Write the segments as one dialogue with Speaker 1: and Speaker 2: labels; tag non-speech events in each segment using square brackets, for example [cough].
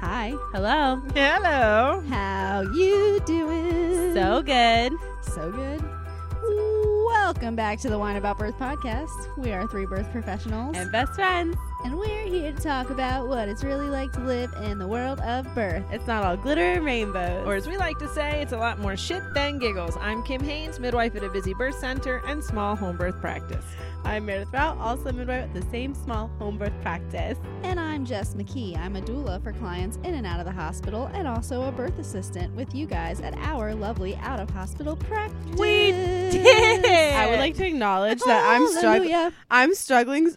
Speaker 1: Hi. Hello.
Speaker 2: Hello.
Speaker 1: How you doing?
Speaker 2: So good.
Speaker 1: so good. Welcome back to the Wine About Birth podcast. We are three birth professionals,
Speaker 2: And best friends.
Speaker 1: and we're here to talk about what it's really like to live in the world of birth.
Speaker 2: It's not all glitter and rainbows.
Speaker 3: Or as we like to say, it's a lot more shit than giggles. I'm Kim Haynes, midwife at a busy birth center and small home birth [laughs] practice.
Speaker 2: I'm Meredith Rao, also a midwife at the same small home birth practice.
Speaker 1: And I'm Jess McKee. I'm a doula for clients in and out of the hospital, and also a birth assistant with you guys at our lovely out of hospital practice.
Speaker 2: We did. I would like to acknowledge that I'm struggling.
Speaker 1: Hallelujah.
Speaker 2: I'm struggling s-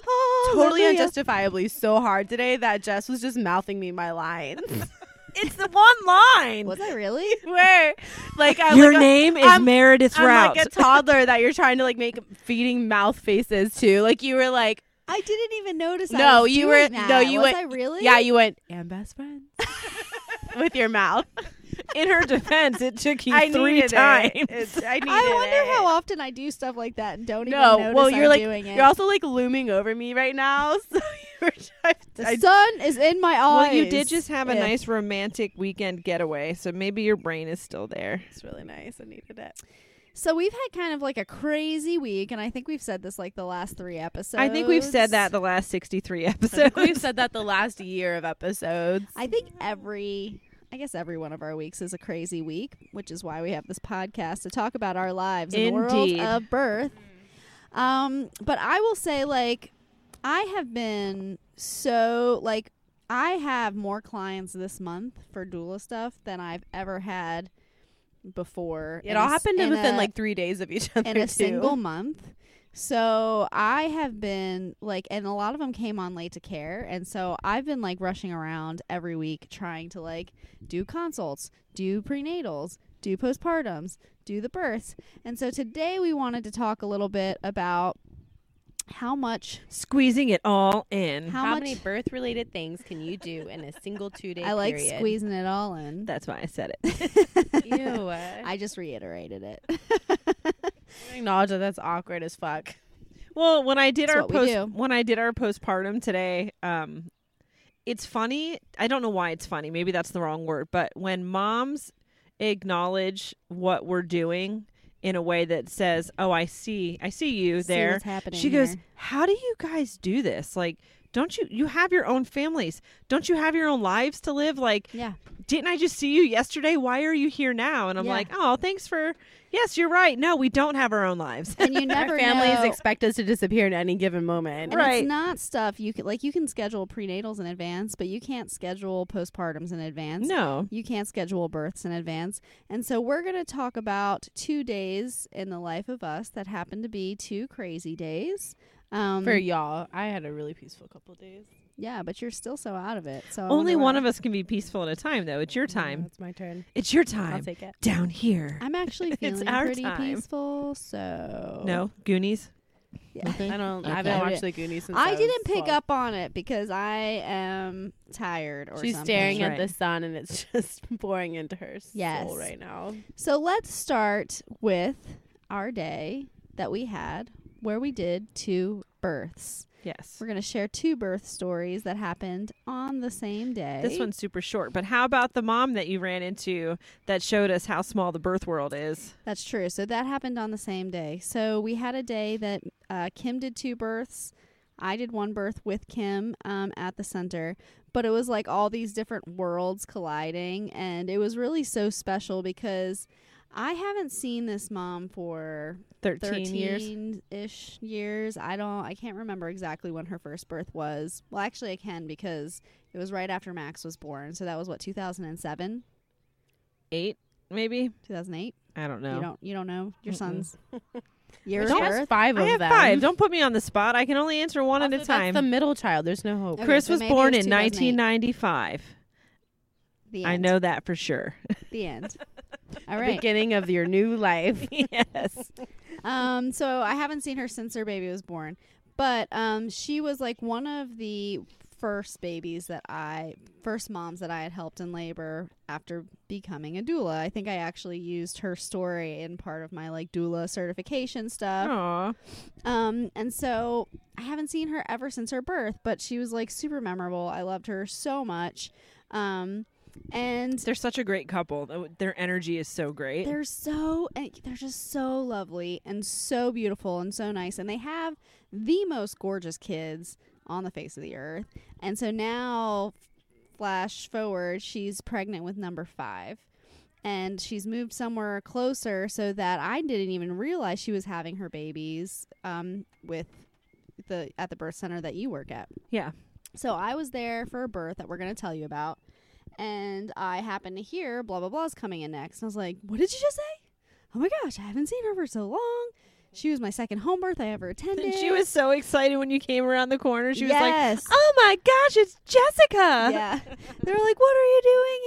Speaker 2: totally
Speaker 1: Hallelujah.
Speaker 2: unjustifiably so hard today that Jess was just mouthing me my lines.
Speaker 1: Mm.
Speaker 2: [laughs]
Speaker 3: It's the one line.
Speaker 1: Was I really?
Speaker 2: Where, like, I
Speaker 3: Your
Speaker 2: like,
Speaker 3: name is
Speaker 2: I'm-
Speaker 3: Meredith
Speaker 2: I'm
Speaker 3: Rout.
Speaker 2: like a toddler that you're trying to like make feeding mouth faces to. Like you were like,
Speaker 1: [laughs] I didn't even notice. I
Speaker 2: No,
Speaker 1: was
Speaker 2: you
Speaker 1: doing
Speaker 2: were- no,
Speaker 1: that.
Speaker 2: you
Speaker 1: was
Speaker 2: went-
Speaker 1: I really?
Speaker 2: yeah, you went and best friends with your mouth.
Speaker 3: In her defense, it [laughs] took you
Speaker 2: I
Speaker 3: three
Speaker 2: needed it.
Speaker 3: times.
Speaker 2: It's- I needed
Speaker 1: I wonder
Speaker 2: it.
Speaker 1: how often I do stuff like that and don't
Speaker 2: No,
Speaker 1: even notice
Speaker 2: well, you're
Speaker 1: I'm
Speaker 2: like-
Speaker 1: doing it.
Speaker 2: You're also like looming over me right now. [laughs] So you're just,
Speaker 1: the
Speaker 2: I,
Speaker 1: sun is in my eyes.
Speaker 3: [laughs] Well, you did just have a
Speaker 1: Yeah.
Speaker 3: nice romantic weekend getaway, so maybe your brain is still there.
Speaker 2: it's really nice. I needed
Speaker 1: [laughs]
Speaker 2: it.
Speaker 1: So we've had kind of like a crazy week, and I think we've said this like the last three episodes.
Speaker 3: I think we've said that the last [laughs] 63 episodes.
Speaker 2: we've said that the last year of episodes.
Speaker 1: I think every, I guess every one of our weeks is a crazy week, which is why we have this podcast to talk about our lives in the world
Speaker 3: Indeed.
Speaker 1: of birth. Um, but I will say, like, I have been so like I have more clients this month for doula stuff than I've ever had before.
Speaker 2: It
Speaker 1: in
Speaker 2: all
Speaker 1: a s-
Speaker 2: happened
Speaker 1: in
Speaker 2: within
Speaker 1: a-
Speaker 2: like three days of each [laughs]
Speaker 4: [laughs]
Speaker 2: other.
Speaker 1: in a
Speaker 2: too.
Speaker 1: single month. So I have been like, and a lot of them came on late to care, and so I've been like rushing around every week trying to like do consults, do prenatals, do postpartums, do the births, and so today we wanted to talk a little bit about how much
Speaker 3: Squeezing it all in.
Speaker 1: how,
Speaker 4: How,
Speaker 1: much
Speaker 4: many birth related things can you do in a single two day
Speaker 1: I like
Speaker 4: period?
Speaker 1: squeezing it all in.
Speaker 3: That's why I said it.
Speaker 4: Ew.
Speaker 1: [laughs] I just reiterated it.
Speaker 2: I acknowledge that that's awkward as fuck. [laughs]
Speaker 3: Well, when I did
Speaker 1: That's
Speaker 3: our
Speaker 1: what we
Speaker 3: post
Speaker 1: do.
Speaker 3: when I did our postpartum today, um it's funny. I don't know why it's funny. Maybe that's the wrong word, but when moms acknowledge what we're doing in a way that says, "Oh, I see. I see
Speaker 1: [laughs]
Speaker 3: you
Speaker 1: See
Speaker 3: there."
Speaker 1: what's happening
Speaker 3: she goes,
Speaker 1: here.
Speaker 3: "How do you guys do this? Like, don't you you have your own families? Don't you have your own lives to live? Like,
Speaker 1: yeah,
Speaker 3: didn't I just see you yesterday? Why are you here now?" And I'm
Speaker 1: Yeah.
Speaker 3: like, "Oh, thanks for Yes, you're right. No, we don't have our own lives."
Speaker 1: and you never
Speaker 2: Our families
Speaker 1: know.
Speaker 2: expect us to disappear in any given moment.
Speaker 1: And
Speaker 3: Right.
Speaker 1: it's not stuff you can like you can schedule prenatals in advance, but you can't schedule postpartums in advance.
Speaker 3: no.
Speaker 1: You can't schedule births in advance. And so we're going to talk about two days in the life of us that happen to be two crazy days. Um
Speaker 2: For y'all, I had a really peaceful couple days.
Speaker 1: yeah, but you're still so out of it. So
Speaker 2: Oh
Speaker 1: I
Speaker 3: Only
Speaker 1: wonder
Speaker 3: one
Speaker 1: why.
Speaker 3: of us can be peaceful at a time, though. It's your time.
Speaker 2: It's Oh my turn.
Speaker 3: It's your
Speaker 2: I'll
Speaker 3: time.
Speaker 2: take it.
Speaker 3: Down here.
Speaker 1: [laughs] I'm
Speaker 3: [laughs]
Speaker 1: actually feeling
Speaker 3: our
Speaker 1: pretty
Speaker 3: time.
Speaker 1: peaceful, so
Speaker 3: No, Goonies.
Speaker 1: Yeah.
Speaker 3: [laughs]
Speaker 2: I don't. I
Speaker 1: Okay.
Speaker 2: haven't watched the Goonies since I,
Speaker 1: I
Speaker 2: was
Speaker 1: didn't pick
Speaker 2: 12.
Speaker 1: up on it because I am tired or
Speaker 2: She's
Speaker 1: something.
Speaker 2: staring at
Speaker 3: Right.
Speaker 2: the sun, and
Speaker 1: [laughs]
Speaker 2: it's just pouring into her
Speaker 1: Yes.
Speaker 2: soul right now.
Speaker 1: So let's start with our day that we had where we did two births.
Speaker 3: Yes.
Speaker 1: We're going to share two birth stories that happened on the same day.
Speaker 3: This one's super short, but how about the mom that you ran into that showed us how small the birth world is?
Speaker 1: That's true. So that happened on the same day. So we had a day that uh, Kim did two births. I did one birth with Kim um, at the center, but it was like all these different worlds colliding. And it was really so special because I haven't seen this mom for
Speaker 3: 13,
Speaker 1: 13
Speaker 3: years.
Speaker 1: ish years. I don't, I can't remember exactly when her first birth was. Well, actually, I can because it was right after Max was born. So that was what, 2007,
Speaker 3: Eight, maybe?
Speaker 1: 2008?
Speaker 3: I don't
Speaker 1: You
Speaker 3: know.
Speaker 1: don't, you don't know your
Speaker 3: Mm-mm. [laughs]
Speaker 1: son's year
Speaker 2: There's
Speaker 1: of birth?
Speaker 2: almost five of
Speaker 3: I have
Speaker 2: them.
Speaker 3: five. Don't put me on the spot. I can only answer one
Speaker 2: Also,
Speaker 3: at a time.
Speaker 2: That's the middle child. There's no hope.
Speaker 1: Okay,
Speaker 3: Chris
Speaker 1: so
Speaker 3: was
Speaker 1: maybe it
Speaker 3: born
Speaker 1: was
Speaker 3: in
Speaker 1: 2008.
Speaker 3: 1995.
Speaker 1: The
Speaker 3: I
Speaker 1: end.
Speaker 3: know that for sure.
Speaker 1: The
Speaker 3: [laughs]
Speaker 1: end. All
Speaker 2: The
Speaker 1: right.
Speaker 2: Beginning of your new
Speaker 4: [laughs]
Speaker 2: life.
Speaker 3: yes.
Speaker 1: Um, so I haven't seen her since her baby was born, but um, she was like one of the first babies that I, first moms that I had helped in labor after becoming a doula. I think I actually used her story in part of my like doula certification stuff.
Speaker 3: Aw.
Speaker 1: Um, and so I haven't seen her ever since her birth, but she was like super memorable. I loved her so much. Um, and
Speaker 3: They're such a great couple. Th- Their energy is so great.
Speaker 1: they're so and they're just so lovely and so beautiful and so nice and they have the most gorgeous kids on the face of the earth and so now flash forward she's pregnant with number five and she's moved somewhere closer so that i didn't even realize she was having her babies um, with the at the birth center that you work at
Speaker 3: Yeah.
Speaker 1: so I was there for a birth that we're going to tell you about. And I happened to hear blah, blah, blah's coming in next. And I was like, what did you just say? Oh my gosh, I haven't seen her for so long. She was my second home birth I ever attended.
Speaker 3: and [laughs] she was so excited when you came around the corner. She was like, "Uh-huh."
Speaker 1: yes.
Speaker 3: "Oh my gosh, it's Jessica!"
Speaker 1: yeah. They were like, what are you doing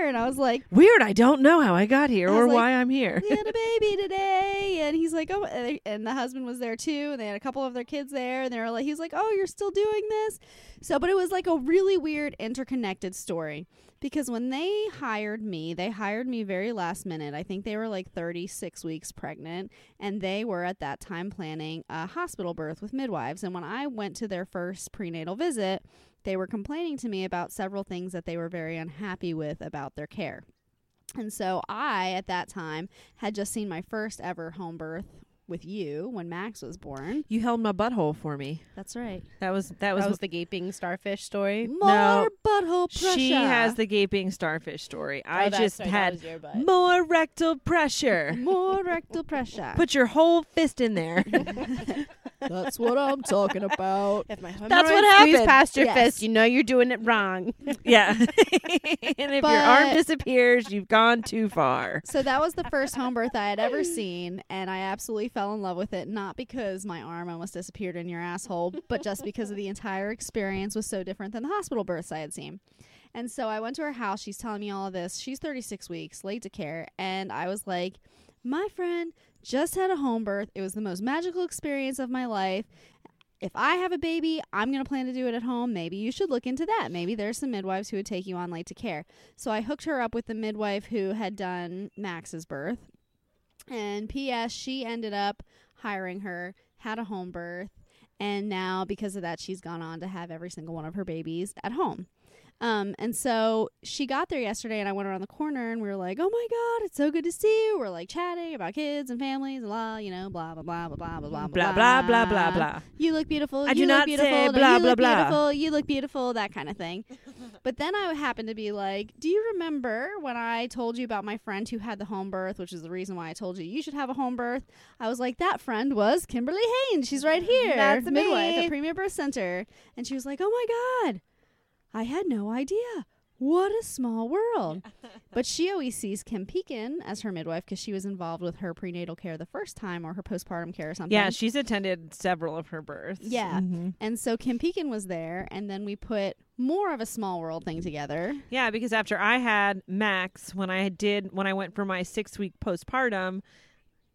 Speaker 1: here? And I was like,
Speaker 3: Weird. I don't know how I got here
Speaker 1: I
Speaker 3: or
Speaker 1: was like,
Speaker 3: why I'm here.
Speaker 1: we had a baby today and he's like oh and they- and the husband was there too and they had a couple of their kids there and they were like he's like oh you're still doing this so but it was like a really weird interconnected story because when they hired me they hired me very last minute i think they were like 36 weeks pregnant and they were at that time planning a hospital birth with midwives and when i went to their first prenatal visit they were complaining to me about several things that they were very unhappy with about their care and so I, at that time, had just seen my first ever home birth with you when Max was born.
Speaker 3: You held my butthole for me.
Speaker 1: That's right.
Speaker 3: That was that
Speaker 4: That
Speaker 3: was.
Speaker 4: was, the gaping starfish story.
Speaker 1: More butthole pressure.
Speaker 3: she has the gaping starfish story. I
Speaker 4: Oh, that's
Speaker 3: just
Speaker 4: right, that
Speaker 3: had
Speaker 4: was your butt.
Speaker 3: more rectal
Speaker 4: [laughs]
Speaker 3: pressure.
Speaker 1: more rectal pressure. [laughs]
Speaker 3: Put your whole fist in there.
Speaker 1: That's what I'm talking about.
Speaker 4: If my
Speaker 3: That's what
Speaker 4: hemorrhoids squeeze
Speaker 3: happened.
Speaker 4: past your
Speaker 1: Yes.
Speaker 3: [laughs]
Speaker 4: fist, [laughs] you know you're doing it wrong. [laughs]
Speaker 3: yeah. [laughs] and if your
Speaker 1: But-
Speaker 3: arm disappears, you've gone too far.
Speaker 1: So that was the first home birth I had ever seen, and I absolutely fell in love with it. Not because my arm almost disappeared in your asshole, but just because of the entire experience was so different than the hospital births I had seen. And so I went to her house. She's telling me all of this. She's 36 weeks, late to care. And I was like, my friend just had a home birth. It was the most magical experience of my life. If I have a baby, I'm going to plan to do it at home. Maybe you should look into that. Maybe there's some midwives who would take you on late to care. So I hooked her up with the midwife who had done Max's birth. And P.S., she ended up hiring her, had a home birth, and now because of that, she's gone on to have every single one of her babies at home. Um, and so she got there yesterday, and I went around the corner, and we were like, "Oh my god, it's so good to see you!" We're like chatting about kids and families, and blah, you know, blah blah blah blah blah blah blah
Speaker 3: Blah blah blah blah blah.
Speaker 1: you look beautiful.
Speaker 3: I
Speaker 1: you
Speaker 3: do
Speaker 1: look
Speaker 3: not
Speaker 1: beautiful.
Speaker 3: say
Speaker 1: no,
Speaker 3: blah,
Speaker 1: you
Speaker 3: blah,
Speaker 1: look
Speaker 3: blah.
Speaker 1: beautiful. You look beautiful. That kind of thing. [laughs] but then I happened to be like, "Do you remember when I told you about my friend who had the home birth, which is the reason why I told you you should have a home birth?" I was like, "That friend was Kimberly Haynes. She's right here,
Speaker 4: That's
Speaker 1: midwife
Speaker 4: me.
Speaker 1: at Premier Birth Center." And she was like, "Oh my god, I had no idea." What a small
Speaker 3: [laughs]
Speaker 1: world. But she always sees Kim Pekin as her midwife because she was involved with her prenatal care the first time or her postpartum care or something.
Speaker 3: Yeah, she's attended several of her births.
Speaker 1: Yeah.
Speaker 3: Mhm.
Speaker 1: And so Kim Pekin was there, and then we put more of a small world thing together.
Speaker 3: Yeah, because after I had Max, when I did when I went for my six week postpartum,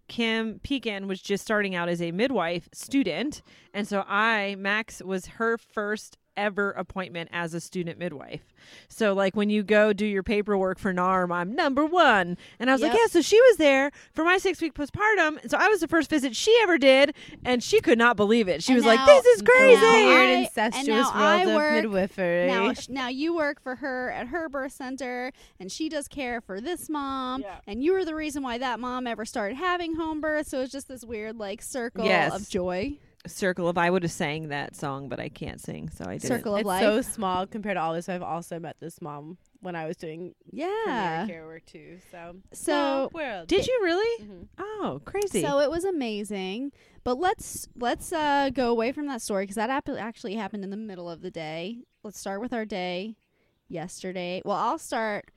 Speaker 3: Kim Pekin was just starting out as a midwife student, and so I Max was her first ever appointment as a student midwife. So like when you go do your paperwork for NARM, I'm number one, and I was like,
Speaker 1: Yep.
Speaker 3: yeah. So she was there for my six week postpartum, and so I was the first visit she ever did, and she could not believe it. She
Speaker 1: And
Speaker 3: was
Speaker 1: now-
Speaker 3: like, this is
Speaker 1: and
Speaker 3: crazy.
Speaker 1: now I-
Speaker 4: Weird
Speaker 1: and
Speaker 4: incestuous
Speaker 1: now
Speaker 4: world
Speaker 1: I
Speaker 4: of
Speaker 1: work-
Speaker 4: midwifery.
Speaker 1: Now, sh- now you work for her at her birth center, and she does care for this mom,
Speaker 3: Yeah.
Speaker 1: and you were the reason why that mom ever started having home birth. So it's just this weird like circle
Speaker 3: Yes.
Speaker 1: of joy,
Speaker 3: Circle of I would have sang that song, but I can't sing, so I didn't.
Speaker 1: circle of
Speaker 4: it's
Speaker 1: life.
Speaker 4: so small compared to all this. I've also met this mom when I was doing
Speaker 1: yeah.
Speaker 4: primary care work too. So
Speaker 1: So
Speaker 4: Small world.
Speaker 3: Did you really?
Speaker 4: Mhm.
Speaker 3: Oh, crazy.
Speaker 1: Mm-hmm. so it was amazing. But let's let's uh, go away from that story because that ap- actually happened in the middle of the day. Let's start with our day yesterday. Well, I'll start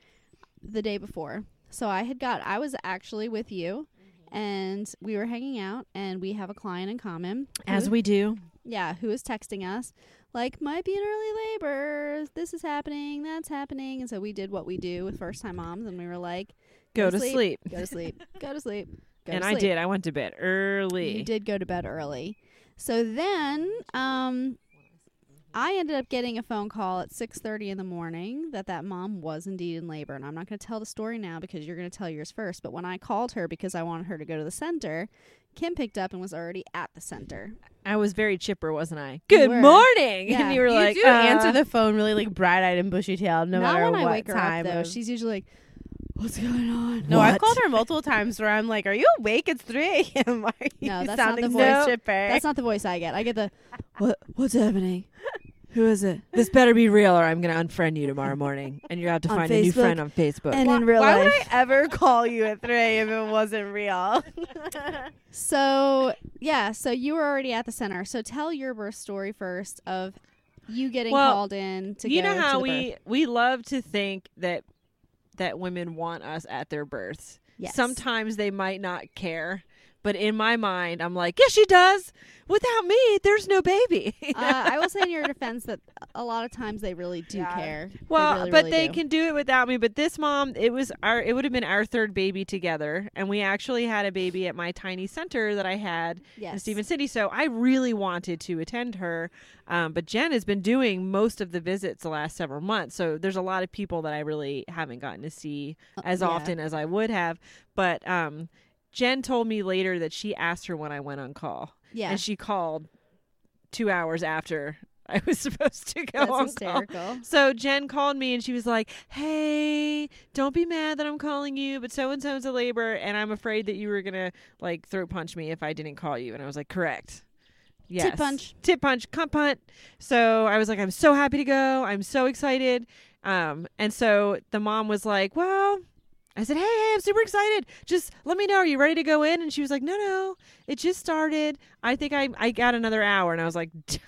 Speaker 1: the day before. So I had got I was actually with you,
Speaker 3: Mm-hmm.
Speaker 1: and we were hanging out, and we have a client in common.
Speaker 3: As we do.
Speaker 1: Yeah, who is texting us like might be an early labor. This is happening. That's happening. And so we did what we do with first time moms, and we were like,
Speaker 3: Go to sleep.
Speaker 1: go to sleep, go to sleep, go
Speaker 3: and
Speaker 1: to
Speaker 3: I
Speaker 1: sleep.
Speaker 3: did. I went to bed early.
Speaker 1: You did go to bed early. So then um, I ended up getting a phone call at 6:30 in the morning that that mom was indeed in labor and I'm not going to tell the story now because you're going to tell yours first, but when I called her because I wanted her to go to the center, Kim picked up and was already at the center.
Speaker 3: I was very chipper, wasn't I?
Speaker 1: You
Speaker 3: Good
Speaker 1: were.
Speaker 3: morning.
Speaker 1: Yeah.
Speaker 3: And you were
Speaker 4: You
Speaker 3: like,
Speaker 4: do
Speaker 3: uh,
Speaker 4: answer the phone really like bright eyed and bushy tailed, no
Speaker 1: Not
Speaker 4: matter
Speaker 1: when
Speaker 4: what
Speaker 1: I wake
Speaker 4: time.
Speaker 1: her up, though.
Speaker 4: of-
Speaker 1: She's usually like, "What's going on?"
Speaker 4: no, I've called her multiple times where I'm like, "Are you awake? It's 3 [laughs] a.m. Are you
Speaker 1: No, that's not the
Speaker 4: sounding so
Speaker 1: voice.
Speaker 4: chipper?"
Speaker 1: That's not the voice I get. I get the, "What? What's happening? Who is
Speaker 4: [laughs]
Speaker 1: it?"
Speaker 3: [laughs] this better be real, or I'm gonna unfriend you tomorrow [laughs] morning, and you're out to
Speaker 1: On
Speaker 3: find a new
Speaker 1: Facebook.
Speaker 3: friend on Facebook.
Speaker 1: And
Speaker 4: why,
Speaker 1: in real
Speaker 4: why
Speaker 1: life,
Speaker 4: would I ever call you at 3 a.m. if it wasn't real? [laughs]
Speaker 1: So yeah, so you were already at the center. So tell your birth story first of you getting
Speaker 3: Well,
Speaker 1: called in to
Speaker 3: you
Speaker 1: go
Speaker 3: know
Speaker 1: to
Speaker 3: how
Speaker 1: the
Speaker 3: we
Speaker 1: birth.
Speaker 3: we love to think that that women want us at their births.
Speaker 1: Yes.
Speaker 3: Sometimes they might not care, but in my mind, I'm like, yeah, she does. Without me, there's no baby.
Speaker 1: uh, I will say in your defense that a lot of times they really do
Speaker 4: Yeah.
Speaker 1: care. They
Speaker 3: Well,
Speaker 1: really,
Speaker 3: but
Speaker 1: really
Speaker 3: they
Speaker 1: do.
Speaker 3: can do it without me. But this mom, it was our, it would have been our third baby together, and we actually had a baby at my tiny center that I had in
Speaker 1: yes.
Speaker 3: Stephen City. So I really wanted to attend her, um, but Jen has been doing most of the visits the last several months. So there's a lot of people that I really haven't gotten to see as
Speaker 1: Oh, yeah.
Speaker 3: often as I would have. But um, Jen told me later that she asked her when I went on call,
Speaker 1: Yeah.
Speaker 3: and she called two hours after I was [laughs] supposed to go
Speaker 1: [laughs] That's
Speaker 3: on call.
Speaker 1: hysterical.
Speaker 3: So Jen called me and she was like, "Hey, don't be mad that I'm calling you, but so and so's a labor, and I'm afraid that you were gonna like throat punch me if I didn't call you." And I was like, "Correct." Yes.
Speaker 1: punch.
Speaker 3: Tip punch. Cunt punt. So I was like, "I'm so happy to go. I'm so excited." Um, and so the mom was like, "Well." I said, "Hey, hey, I'm super excited. Just let me know. Are you ready to go in?" And she was like, "No, no. It just started. I think I I got another hour." And I was like, [laughs] "Duh."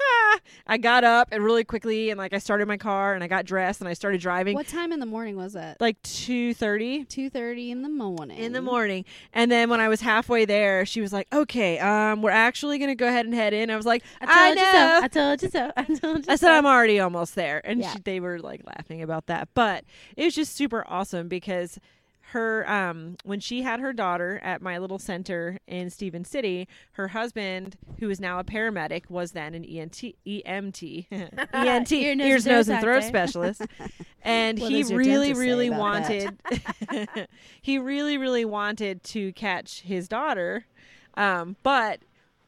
Speaker 3: I got up and really quickly and like I started my car and I got dressed and I started driving
Speaker 1: What time in the morning was it?
Speaker 3: like 2:30
Speaker 1: Two thirty in the morning.
Speaker 3: in the morning. And then when I was halfway there, she was like, "Okay, um we're actually going to go ahead and head in." I was like, "I, know."
Speaker 4: I told you so. I told you
Speaker 3: I said I'm already almost there, and
Speaker 1: Yeah.
Speaker 3: she, they were like laughing about that. But it was just super awesome because her um when she had her daughter at my little center in Stephen City, her husband, who is now a paramedic, was then an E ENT [laughs] EMT ENT
Speaker 4: Ear, nose,
Speaker 3: E ears
Speaker 4: and
Speaker 3: nose
Speaker 4: throat
Speaker 3: and throat
Speaker 4: doctor.
Speaker 3: specialist, and
Speaker 1: What
Speaker 3: he
Speaker 1: does your
Speaker 3: really
Speaker 1: dentist say
Speaker 3: really
Speaker 1: about
Speaker 3: wanted [laughs] he really really wanted to catch his daughter, um, but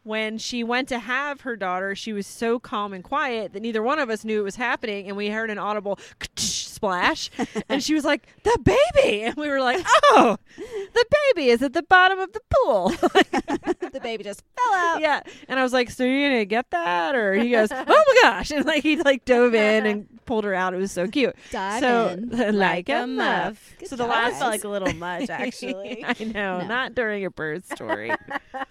Speaker 3: when she went to have her daughter, she was so calm and quiet that neither one of us knew it was happening, and we heard an audible [laughs] splash, and she was like, "The baby," [laughs] and we were like, "Oh, the baby is at the bottom of the pool." [laughs]
Speaker 1: the baby [laughs] just fell out.
Speaker 3: yeah, and I was like, "So you're gonna get that?" Or he goes, "Oh my gosh!" [laughs] And like he like dove in and pulled her out. It was so cute.
Speaker 1: Dive
Speaker 3: so
Speaker 1: in.
Speaker 3: [laughs] like, a muff.
Speaker 1: Good
Speaker 3: So the
Speaker 1: job,
Speaker 3: last
Speaker 1: guys.
Speaker 4: felt like
Speaker 3: [laughs]
Speaker 4: a [laughs] little much, [laughs] actually.
Speaker 3: I know,
Speaker 1: No.
Speaker 3: not during a birth story.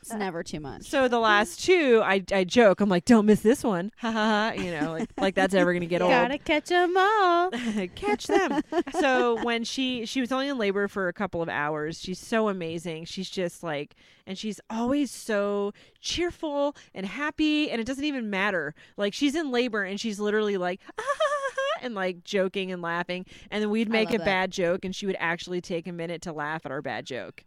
Speaker 1: it's never too much.
Speaker 3: So the last two, I, I joke. I'm like, don't miss this one. [laughs] Ha ha ha. You know, like, like that's ever going to get
Speaker 4: Gotta
Speaker 3: old.
Speaker 4: catch 'em all.
Speaker 3: [laughs] Catch them. so when she, she was only in labor for a couple of hours. She's so amazing. She's just like, and she's always so cheerful and happy. And it doesn't even matter. Like she's in labor and she's literally like, [laughs] ah, ha, ha, ha," and like joking and laughing. And then we'd make
Speaker 1: love
Speaker 3: a
Speaker 1: that.
Speaker 3: bad joke and she would actually take a minute to laugh at our bad joke.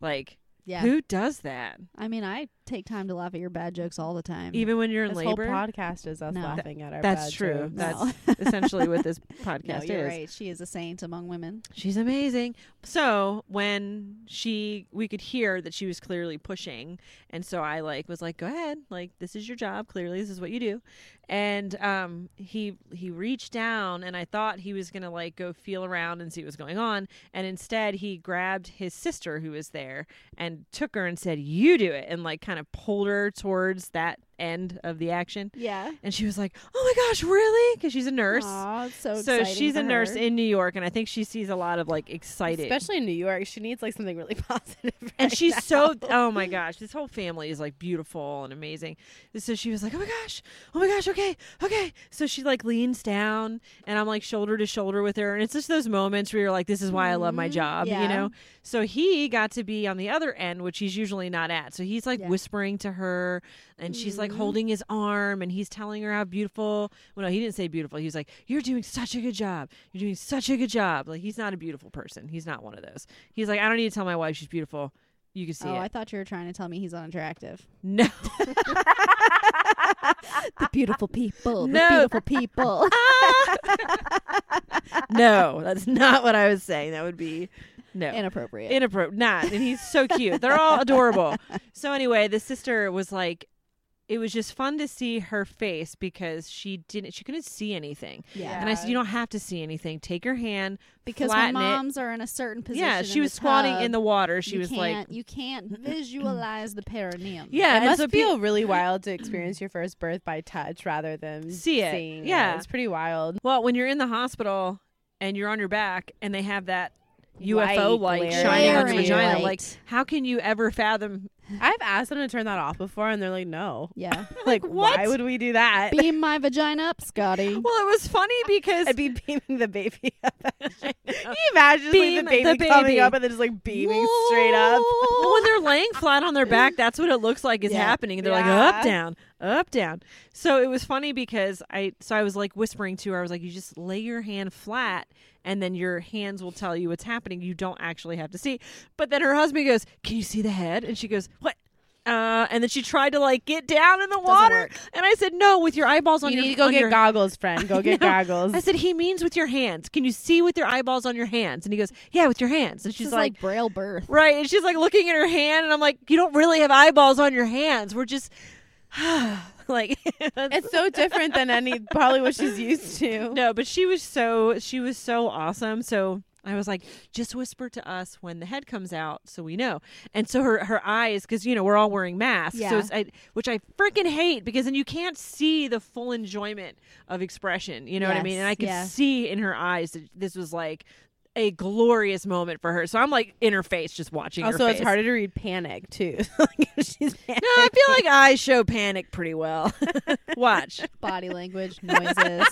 Speaker 3: Like,
Speaker 1: yeah.
Speaker 3: who does that?
Speaker 1: I mean, I take time to laugh at your bad jokes all the time.
Speaker 3: Even when you're in
Speaker 4: This
Speaker 3: labor.
Speaker 4: whole podcast is us
Speaker 1: No.
Speaker 4: laughing at our.
Speaker 3: That's
Speaker 4: bad
Speaker 3: true.
Speaker 4: jokes.
Speaker 3: That's
Speaker 1: no. [laughs]
Speaker 3: essentially what this
Speaker 1: no,
Speaker 3: podcast
Speaker 1: you're
Speaker 3: is.
Speaker 1: right. She is a saint among women.
Speaker 3: She's amazing. So when she, we could hear that she was clearly pushing, and so I like was like, "Go ahead, like this is your job. Clearly, this is what you do." And um, he he reached down, and I thought he was gonna like go feel around and see what's going on, and instead he grabbed his sister who was there and took her and said, "You do it," and like kind of pulled her towards that end of the action,
Speaker 1: Yeah.
Speaker 3: and she was like, "Oh my gosh, really?" Because she's a nurse
Speaker 1: Aw, it's so
Speaker 3: so
Speaker 1: exciting
Speaker 3: she's
Speaker 1: for
Speaker 3: a nurse
Speaker 1: her.
Speaker 3: in New York, and I think she sees a lot of like excited.
Speaker 4: Especially in New York, she needs like something really [laughs] positive.
Speaker 3: and
Speaker 4: right
Speaker 3: she's
Speaker 4: now.
Speaker 3: so oh my gosh, this whole family is like beautiful and amazing. And so she was like, oh my gosh, oh my gosh, okay, okay. So she like leans down, and I'm like shoulder to shoulder with her, and it's just those moments where you're like, this is why I love my
Speaker 1: Mhm,
Speaker 3: job,
Speaker 1: yeah.
Speaker 3: you know. So he got to be on the other end, which he's usually not at. So he's like
Speaker 1: Yeah.
Speaker 3: whispering to her, and she's like
Speaker 1: Mhm.
Speaker 3: holding his arm, and he's telling her how beautiful. Well, no, he didn't say beautiful. He was like, "You're doing such a good job. You're doing such a good job." Like he's not a beautiful person. He's not one of those. He's like, "I don't need to tell my wife she's beautiful. You can see
Speaker 1: Oh,
Speaker 3: it." [laughs]
Speaker 1: I thought you were trying to tell me he's unattractive.
Speaker 3: no,
Speaker 1: The beautiful people.
Speaker 3: No.
Speaker 1: beautiful
Speaker 3: [laughs]
Speaker 1: people.
Speaker 3: no, that's not what I was saying. That would be No.
Speaker 1: Inappropriate.
Speaker 3: inappropriate. Not, and he's so cute. They're
Speaker 1: [laughs]
Speaker 3: all adorable. So anyway, the sister was like, it was just fun to see her face because she didn't, she couldn't see anything.
Speaker 1: yeah.
Speaker 4: Yeah.
Speaker 3: And I said, you don't have to see anything. Take her hand,
Speaker 1: Because when
Speaker 3: flatten it.
Speaker 1: moms are in a certain position.
Speaker 3: yeah, she
Speaker 1: in
Speaker 3: was
Speaker 1: the
Speaker 3: squatting
Speaker 1: tub,
Speaker 3: in the water. She
Speaker 1: you
Speaker 3: was like,
Speaker 1: can't- you
Speaker 3: [clears throat]
Speaker 1: can't visualize the perineum.
Speaker 3: yeah,
Speaker 4: it
Speaker 3: and
Speaker 4: must
Speaker 3: so pe-
Speaker 4: feel really wild to experience your first birth by touch rather than
Speaker 3: See it.
Speaker 4: Seeing
Speaker 3: Yeah.
Speaker 4: it's pretty wild.
Speaker 3: well, when you're in the hospital and you're on your back and they have that UFO
Speaker 4: Light
Speaker 3: light,
Speaker 4: glaring
Speaker 3: shining on your
Speaker 1: light.
Speaker 3: vagina, like, how can you ever fathom?
Speaker 4: I've asked them to turn that off before, and they're like, "No."
Speaker 3: [laughs]
Speaker 1: Yeah.
Speaker 4: Like,
Speaker 3: what?
Speaker 4: why would we do that?
Speaker 1: Beam my vagina up,
Speaker 3: [laughs]
Speaker 1: Scotty.
Speaker 3: Well, it was funny because
Speaker 4: [laughs] I'd be beaming the baby [laughs] up.
Speaker 3: [laughs]
Speaker 4: Can you imagine just,
Speaker 3: Beam
Speaker 4: like, the baby,
Speaker 3: the baby.
Speaker 4: coming up and then just like beaming straight up?
Speaker 3: Well, when they're laying flat on their back, that's what it looks like is
Speaker 1: Yeah.
Speaker 3: happening. They're like up,
Speaker 4: Yeah.
Speaker 3: down, up, down. So it was funny because I, so I was like whispering to her, I was like, you just lay your hand flat, and then your hands will tell you what's happening. You don't actually have to see. But then her husband goes, "Can you see the head?" And she goes, "What?" Uh, and then she tried to like get down in the water,
Speaker 1: work.
Speaker 3: and I said, "No, with your eyeballs on
Speaker 4: You
Speaker 3: your
Speaker 4: need to go
Speaker 3: on
Speaker 4: get
Speaker 3: your-
Speaker 4: goggles, friend. Go get [laughs]
Speaker 3: know.
Speaker 4: goggles.
Speaker 3: I said, "He means with your hands. Can you see with your eyeballs on your hands?" And he goes, "Yeah, with your hands." And
Speaker 1: She's
Speaker 3: she's
Speaker 1: like, braille birth.
Speaker 3: Right. And she's like looking at her hand, and I'm like, you don't really have eyeballs on your hands. We're just [sighs] like, [laughs]
Speaker 4: It's so different than [laughs] any probably what she's used to.
Speaker 3: [laughs] no, but she was so, she was so awesome. So I was like, just whisper to us when the head comes out so we know. And so her, her eyes, because, you know, we're all wearing masks, so
Speaker 1: Yeah.
Speaker 3: it's, I, which I freaking hate because then you can't see the full enjoyment of expression. You know what I mean?
Speaker 1: Yes,
Speaker 3: And I could
Speaker 1: yeah.
Speaker 3: see in her eyes that this was like, a glorious moment for her. So I'm like in her face, just watching. her
Speaker 4: Also, it's
Speaker 3: face.
Speaker 4: harder to read panic too. [laughs] Like, if she's
Speaker 3: No, I feel like I show panic pretty well. [laughs] Watch.
Speaker 1: [laughs] Body language,
Speaker 3: [laughs]
Speaker 1: noises.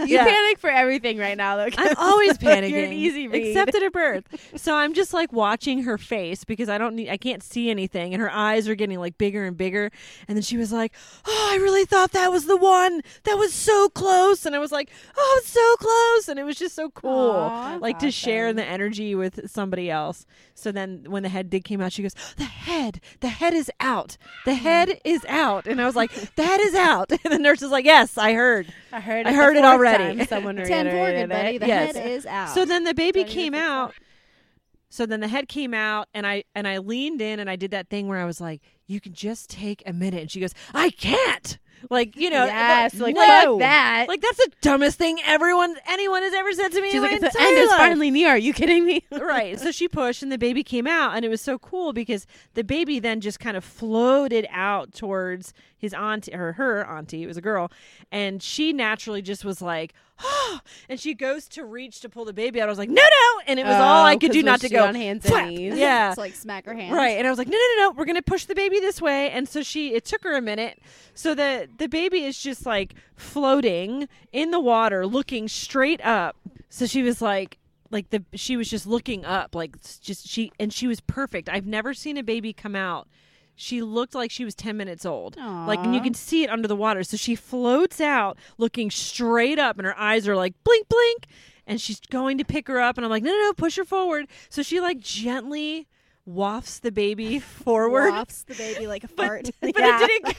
Speaker 4: You panic for everything right now, though. [laughs]
Speaker 3: I'm always panicking.
Speaker 4: You're an easy read.
Speaker 3: Except at her
Speaker 4: [laughs]
Speaker 3: birth. So I'm just like watching her face because I don't need I can't see anything and her eyes are getting like bigger and bigger. And then she was like, Oh, I really thought that was the one. That was so close. And I was like, Oh, it's so close. And it was just so cool.
Speaker 1: Aw,
Speaker 3: like to share the energy with somebody else. So then when the head did came out, she goes, The head, the head is out. The
Speaker 4: Hmm.
Speaker 3: head is out. And I was like, That is out. [laughs] And the nurse is like, Yes, I heard.
Speaker 4: [laughs] I heard.
Speaker 3: I
Speaker 4: the
Speaker 3: heard it
Speaker 4: fourth
Speaker 3: already.
Speaker 4: time [laughs] Someone
Speaker 1: Ten four, good
Speaker 4: reiterated
Speaker 1: buddy.
Speaker 4: it.
Speaker 1: The
Speaker 3: Yes.
Speaker 1: head is out.
Speaker 3: So then the baby
Speaker 1: Don't you
Speaker 3: came
Speaker 1: think so?
Speaker 3: out. So then the head came out and I and I leaned in and I did that thing where I was like, "You can just take a minute." And she goes, "I can't." Like, you know,
Speaker 4: Yes,
Speaker 3: like,
Speaker 4: like
Speaker 3: no.
Speaker 4: fuck that.
Speaker 3: Like that's the dumbest thing everyone anyone has ever said to me.
Speaker 4: she's
Speaker 3: in
Speaker 4: like,
Speaker 3: my
Speaker 4: it's the
Speaker 3: entire
Speaker 4: end is
Speaker 3: life."
Speaker 4: finally near. Are you kidding me?
Speaker 3: right. So she pushed and the baby came out and it was so cool because the baby then just kind of floated out towards his auntie or her auntie, it was a girl, and she naturally just was like, Oh and she goes to reach to pull the baby out. I was like, No no and it was all
Speaker 4: Oh,
Speaker 3: I could
Speaker 4: 'cause
Speaker 3: do
Speaker 4: was
Speaker 3: not to
Speaker 4: she
Speaker 3: go
Speaker 4: on hands
Speaker 3: "Flap."
Speaker 4: and knees.
Speaker 3: Yeah.
Speaker 1: It's like smack her hand.
Speaker 3: Right. And I was like, no, no, no, no. We're going to push the baby this way. And so she, it took her a minute. So the, the baby is just like floating in the water, looking straight up. So she was like, like the, she was just looking up, like s- just she, and she was perfect. I've never seen a baby come out. She looked like she was 10 minutes old. Like, and you
Speaker 1: Aw.
Speaker 3: can see it under the water. So she floats out looking straight up, and her eyes are like blink, blink. And she's going to pick her up, and I'm like, no, no, no, push her forward. So she like gently wafts the baby [laughs] forward.
Speaker 1: Wafts the baby like a fart.
Speaker 3: [laughs] But
Speaker 4: Yeah.
Speaker 3: it
Speaker 4: [laughs]
Speaker 3: didn't.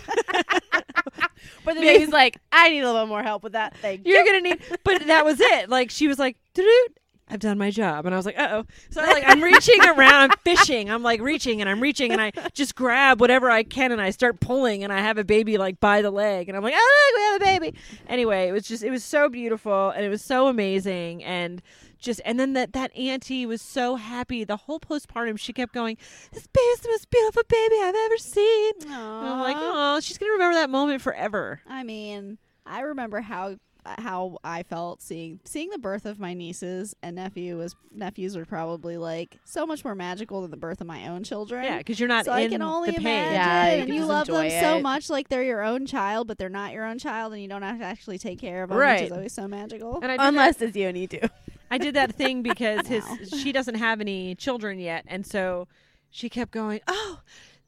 Speaker 3: [laughs]
Speaker 4: But [laughs] the baby's like, I need a little bit more help with that thing.
Speaker 3: You're gonna need. But that was it. Like she was like, "Doo-doo, I've done my job, and I was like, uh oh. So I'm like, I'm reaching around, I'm fishing, I'm like reaching and I'm reaching, and I just grab whatever I can, and I start pulling, and I have a baby like by the leg, and I'm like, oh, look, we have a baby. Anyway, it was just, it was so beautiful, and it was so amazing, and just, and then that that auntie was so happy. The whole postpartum, she kept going, "This baby's the most beautiful baby I've ever seen." And I'm
Speaker 1: [laughs]
Speaker 3: like,
Speaker 1: Aw.
Speaker 3: oh, she's gonna remember that moment forever.
Speaker 1: I mean, I remember how how I felt seeing seeing the birth of my nieces and nephew was nephews were probably like so much more magical than the birth of my own children.
Speaker 3: Yeah, because you're not
Speaker 1: so
Speaker 3: in
Speaker 1: I can only
Speaker 3: the pain.
Speaker 1: imagine.
Speaker 4: Yeah, you
Speaker 1: and
Speaker 4: can
Speaker 1: you
Speaker 4: just
Speaker 1: love them
Speaker 4: enjoy
Speaker 1: so
Speaker 4: it.
Speaker 1: much, like they're your own child, but they're not your own child, and you don't have to actually take care of them, which
Speaker 3: Right. Uh,
Speaker 1: is always so magical.
Speaker 3: And I did,
Speaker 4: Unless it's you and you do.
Speaker 3: that, I did that
Speaker 4: [laughs]
Speaker 3: thing because his
Speaker 1: Wow.
Speaker 3: she doesn't have any children yet, and so she kept going. Oh,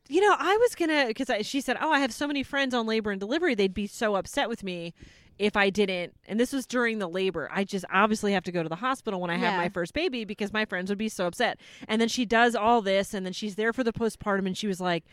Speaker 3: you know, I was gonna because she said, "Oh, I have so many friends on labor and delivery; they'd be so upset with me if I didn't." And this was during the labor. I just obviously have to go to the hospital when I have
Speaker 1: Yeah.
Speaker 3: my first baby because my friends would be so upset. And then she does all this, and then she's there for the postpartum, and she was like.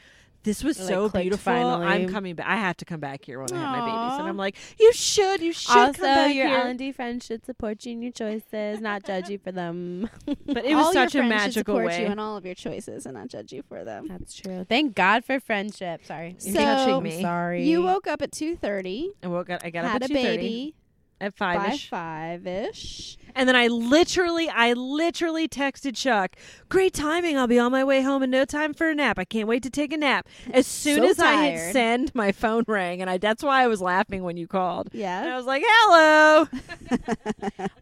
Speaker 3: this was
Speaker 4: It, like,
Speaker 3: so
Speaker 4: clicked
Speaker 3: beautiful.
Speaker 4: finally.
Speaker 3: I'm coming back. I have to come back here when I have my babies. And
Speaker 1: Aw.
Speaker 3: I'm like, you should, you should come
Speaker 4: also,
Speaker 3: back
Speaker 4: your
Speaker 3: here.
Speaker 4: L and D friends should support you in your choices, not judge you for them.
Speaker 3: [laughs] but it was
Speaker 1: all
Speaker 3: such
Speaker 1: your
Speaker 3: a
Speaker 1: friends should
Speaker 3: magical
Speaker 1: support
Speaker 3: way.
Speaker 1: you in all of your choices and not judge you for them.
Speaker 4: That's true. Thank God for friendship. Sorry.
Speaker 1: You're So- touching
Speaker 4: I'm
Speaker 3: me.
Speaker 4: sorry.
Speaker 1: You woke up at two thirty,
Speaker 3: I woke up. I got
Speaker 1: had
Speaker 3: up
Speaker 1: a
Speaker 3: at 2:30,
Speaker 1: baby
Speaker 3: at
Speaker 1: by
Speaker 3: five ish,
Speaker 1: five ish.
Speaker 3: and then I literally, I literally texted Chuck. Great timing! I'll be on my way home in no time for a nap. I can't wait to take a
Speaker 1: [laughs]
Speaker 3: nap. As soon
Speaker 1: So
Speaker 3: as I hit
Speaker 1: tired.
Speaker 3: send, my phone rang, and I that's why I was laughing when you called. And I
Speaker 1: Yeah.
Speaker 3: was like, "Hello."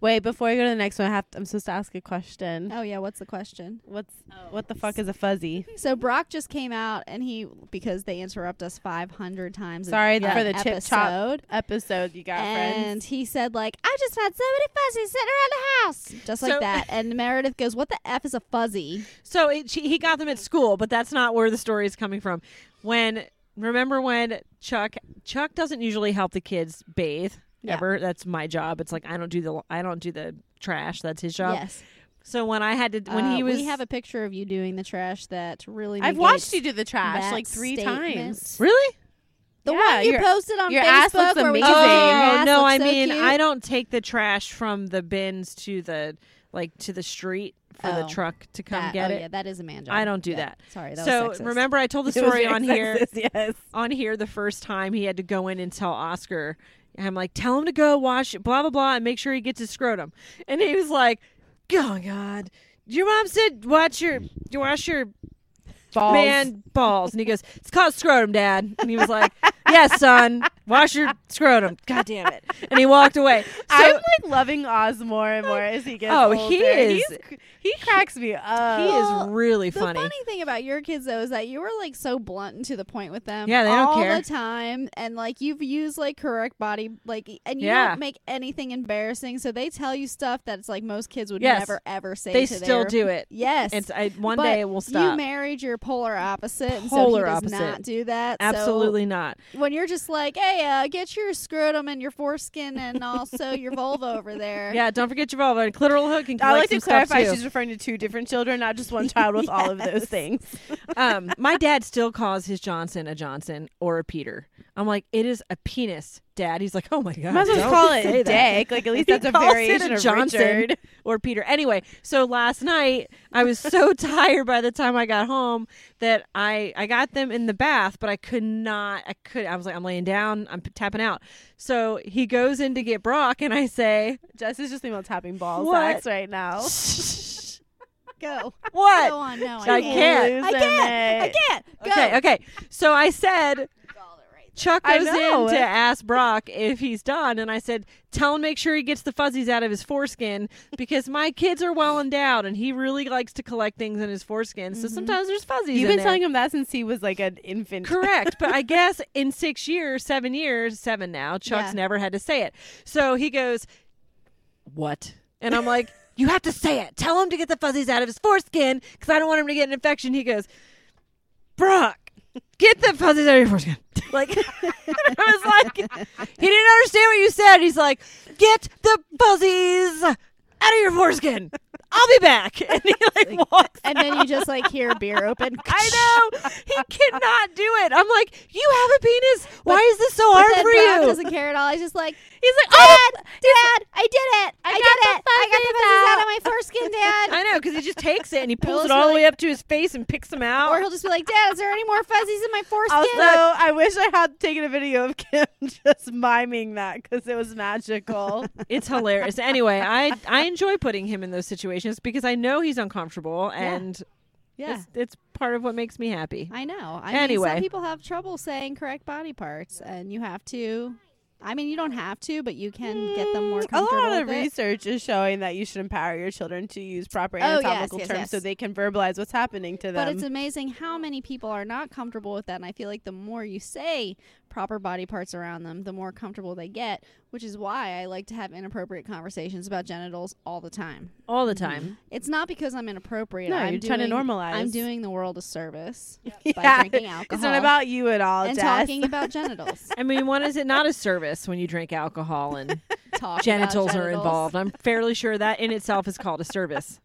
Speaker 4: Wait, before I go to the next one, I have to, I'm supposed to ask a question.
Speaker 1: Oh yeah. What's the question?
Speaker 4: What's
Speaker 3: Oh.
Speaker 4: what the fuck is a fuzzy?
Speaker 1: So Brock just came out, and he because they interrupt us five hundred times.
Speaker 4: Sorry
Speaker 1: an
Speaker 4: for the chip chop.
Speaker 1: episode,
Speaker 4: Episode you got,
Speaker 1: and
Speaker 4: friends.
Speaker 1: he said like, "I just had so many fuzzies sitting around the house," just like
Speaker 3: So-
Speaker 4: [laughs]
Speaker 1: that. And Meredith goes, "What the f is a fuzzy?"
Speaker 3: So it, she, he got them at school, but that's not where the story is coming from. When remember when Chuck Chuck doesn't usually help the kids bathe
Speaker 1: Yeah.
Speaker 3: ever. That's my job. It's like I don't do the I don't do the trash. That's his job.
Speaker 1: Yes.
Speaker 3: So when I had to when
Speaker 1: Uh,
Speaker 3: he was
Speaker 1: we have a picture of you doing the trash that really.
Speaker 4: I've
Speaker 1: negates
Speaker 4: watched you do the trash
Speaker 1: that
Speaker 4: like three
Speaker 1: statement.
Speaker 4: times.
Speaker 3: really
Speaker 1: The
Speaker 4: Yeah,
Speaker 1: one you
Speaker 4: your-
Speaker 1: posted on
Speaker 4: your
Speaker 1: Facebook
Speaker 4: ass looks
Speaker 1: where we-
Speaker 4: amazing.
Speaker 1: Oh,
Speaker 3: oh
Speaker 1: your
Speaker 3: no
Speaker 1: ass
Speaker 3: I
Speaker 1: looks so
Speaker 3: mean
Speaker 1: cute.
Speaker 3: I don't take the trash from the bins to the like to the street for the
Speaker 1: Oh.
Speaker 3: truck to come
Speaker 1: That-
Speaker 3: get
Speaker 1: oh,
Speaker 3: it.
Speaker 1: yeah, that is a man job.
Speaker 3: I don't do
Speaker 1: Yeah.
Speaker 3: that.
Speaker 1: Sorry, that
Speaker 3: so
Speaker 1: was sexist.
Speaker 3: remember
Speaker 1: [laughs]
Speaker 3: I told the
Speaker 4: It was
Speaker 3: story
Speaker 4: very
Speaker 3: on here
Speaker 4: sexist, Yes.
Speaker 3: on here the first time he had to go in and tell Oscar. I'm like, tell him to go wash blah blah blah and make sure he gets his scrotum. And he was like, Oh God. Your mom said watch your you wash your
Speaker 4: Balls.
Speaker 3: man balls. And he goes, It's called scrotum, Dad. And he was like, Yes, son. Wash your scrotum. God damn it. And he walked away. So
Speaker 4: I'm like loving Oz more and more as he gets
Speaker 3: Oh,
Speaker 4: older.
Speaker 3: he is-
Speaker 4: He's cr- he cracks me up.
Speaker 3: he
Speaker 1: Well,
Speaker 3: is really
Speaker 1: the
Speaker 3: funny.
Speaker 1: funny thing about your kids though is that you were like so blunt and to the point with them.
Speaker 3: Yeah, they don't
Speaker 1: all
Speaker 3: care.
Speaker 1: the time, and like you've used like correct body like, and you
Speaker 3: Yeah.
Speaker 1: don't make anything embarrassing. So they tell you stuff that's like most kids would
Speaker 3: Yes.
Speaker 1: never ever say.
Speaker 3: They
Speaker 1: to
Speaker 3: still
Speaker 1: their-
Speaker 3: do it.
Speaker 1: Yes,
Speaker 3: It's I, one
Speaker 1: But
Speaker 3: day it will
Speaker 1: You
Speaker 3: stop.
Speaker 1: married your polar opposite, and
Speaker 3: Polar
Speaker 1: so he does
Speaker 3: opposite.
Speaker 1: not do that. So
Speaker 3: Absolutely not.
Speaker 1: when you're just like, hey, uh, get your scrotum and your foreskin and also your vulva over there.
Speaker 3: Yeah, don't forget your vulva and clitoral hook and
Speaker 4: I
Speaker 3: collect
Speaker 4: like to
Speaker 3: some stuff,
Speaker 4: clarify
Speaker 3: too.
Speaker 4: she's referring to two different children, not just one child with all
Speaker 3: [laughs]
Speaker 4: of those things.
Speaker 3: um, my dad still calls his Johnson a Johnson or a Peter. I'm like, it is a penis, Dad. He's like, oh my god,
Speaker 4: Might as
Speaker 3: don't
Speaker 4: well just call it
Speaker 3: say that."
Speaker 4: Dick. Like at least
Speaker 3: He
Speaker 4: that's a
Speaker 3: calls it
Speaker 4: variation of
Speaker 3: Johnson
Speaker 4: Richard.
Speaker 3: or Peter. Anyway, so last night I was so [laughs] tired by the time I got home that I I got them in the bath, but I could not. I could. I was like, I'm laying down. I'm tapping out. So he goes in to get Brock, and I
Speaker 4: [laughs]
Speaker 3: say,
Speaker 4: Jess is just thinking about tapping balls
Speaker 3: What?
Speaker 4: sex right now.
Speaker 1: Go.
Speaker 3: what?
Speaker 1: Go on. No,
Speaker 3: I can't.
Speaker 1: I can't. I can't. Go.
Speaker 3: Okay, okay. So I said, Chuck
Speaker 4: I
Speaker 3: goes
Speaker 4: know.
Speaker 3: in to ask Brock if he's done, and I said, "Tell him make sure he gets the fuzzies out of his foreskin because my kids are well endowed, and he really likes to collect things in his foreskin. So sometimes there's fuzzies."
Speaker 4: Mm-hmm. You've
Speaker 3: in
Speaker 4: been
Speaker 3: there.
Speaker 4: telling him that since he was like an infant. [laughs]
Speaker 3: correct, but I guess in six years, seven years, seven now, Chuck's
Speaker 1: Yeah.
Speaker 3: never had to say it. So he goes, "What?" And I'm like, "You have to say it. Tell him to get the fuzzies out of his foreskin because I don't want him to get an infection." He goes, "Brock." Get the fuzzies out of your foreskin. [laughs] Like I was like, he didn't understand what you said. He's like, get the fuzzies out of your foreskin. I'll be back. [laughs] And he like walks.
Speaker 1: And then you just like hear a beer
Speaker 3: [laughs]
Speaker 1: open.
Speaker 3: I know he cannot do it. I'm like, you have a penis. Why is this so hard
Speaker 1: But then
Speaker 3: for
Speaker 1: Brock
Speaker 3: you?
Speaker 1: doesn't care at all. He's just like,
Speaker 3: He's like, oh,
Speaker 1: Dad, Dad, I did it. I, did it. I got the fuzzies out. of my foreskin, Dad.
Speaker 3: I know because he just takes it and he pulls
Speaker 1: Well,
Speaker 3: it
Speaker 1: it's
Speaker 3: all
Speaker 1: like-
Speaker 3: the way up to his face and picks them out.
Speaker 1: Or he'll [laughs] just be like, Dad, is there any more fuzzies in my foreskin?
Speaker 4: Also, I wish I had taken a video of Kim just miming that because it was [laughs] magical.
Speaker 3: it's hilarious. Anyway, I I enjoy putting him in those situations because I know he's uncomfortable and
Speaker 1: yeah.
Speaker 3: it's, it's part of what makes me happy.
Speaker 1: I know. I mean,
Speaker 3: Anyway.
Speaker 1: some people have trouble saying correct body parts, and you have to. I mean, you don't have to, but you can get them more
Speaker 4: a
Speaker 1: comfortable.
Speaker 4: lot of
Speaker 1: with it.
Speaker 4: research is showing that you should empower your children to use proper
Speaker 1: yes,
Speaker 4: anatomical
Speaker 1: yes,
Speaker 4: terms
Speaker 1: yes.
Speaker 4: so they can verbalize what's happening to them.
Speaker 1: But it's amazing how many people are not comfortable with that. And I feel like the more you say proper body parts around them, the more comfortable they get, which is why I like to have inappropriate conversations about genitals all the time.
Speaker 3: All the time.
Speaker 1: It's not because I'm inappropriate.
Speaker 4: No,
Speaker 1: I'm
Speaker 4: you're trying to
Speaker 1: doing-
Speaker 4: normalize.
Speaker 1: I'm doing the world a
Speaker 4: [laughs]
Speaker 1: service by
Speaker 4: Yeah.
Speaker 1: drinking alcohol
Speaker 4: It's not about you at all,
Speaker 1: and
Speaker 4: Jess. [laughs]
Speaker 1: talking about genitals.
Speaker 3: I mean, when is it not a service when you drink
Speaker 1: [laughs]
Speaker 3: alcohol and
Speaker 1: Talk about
Speaker 3: genitals are
Speaker 1: genitals.
Speaker 3: involved? I'm fairly sure that in itself is called a service.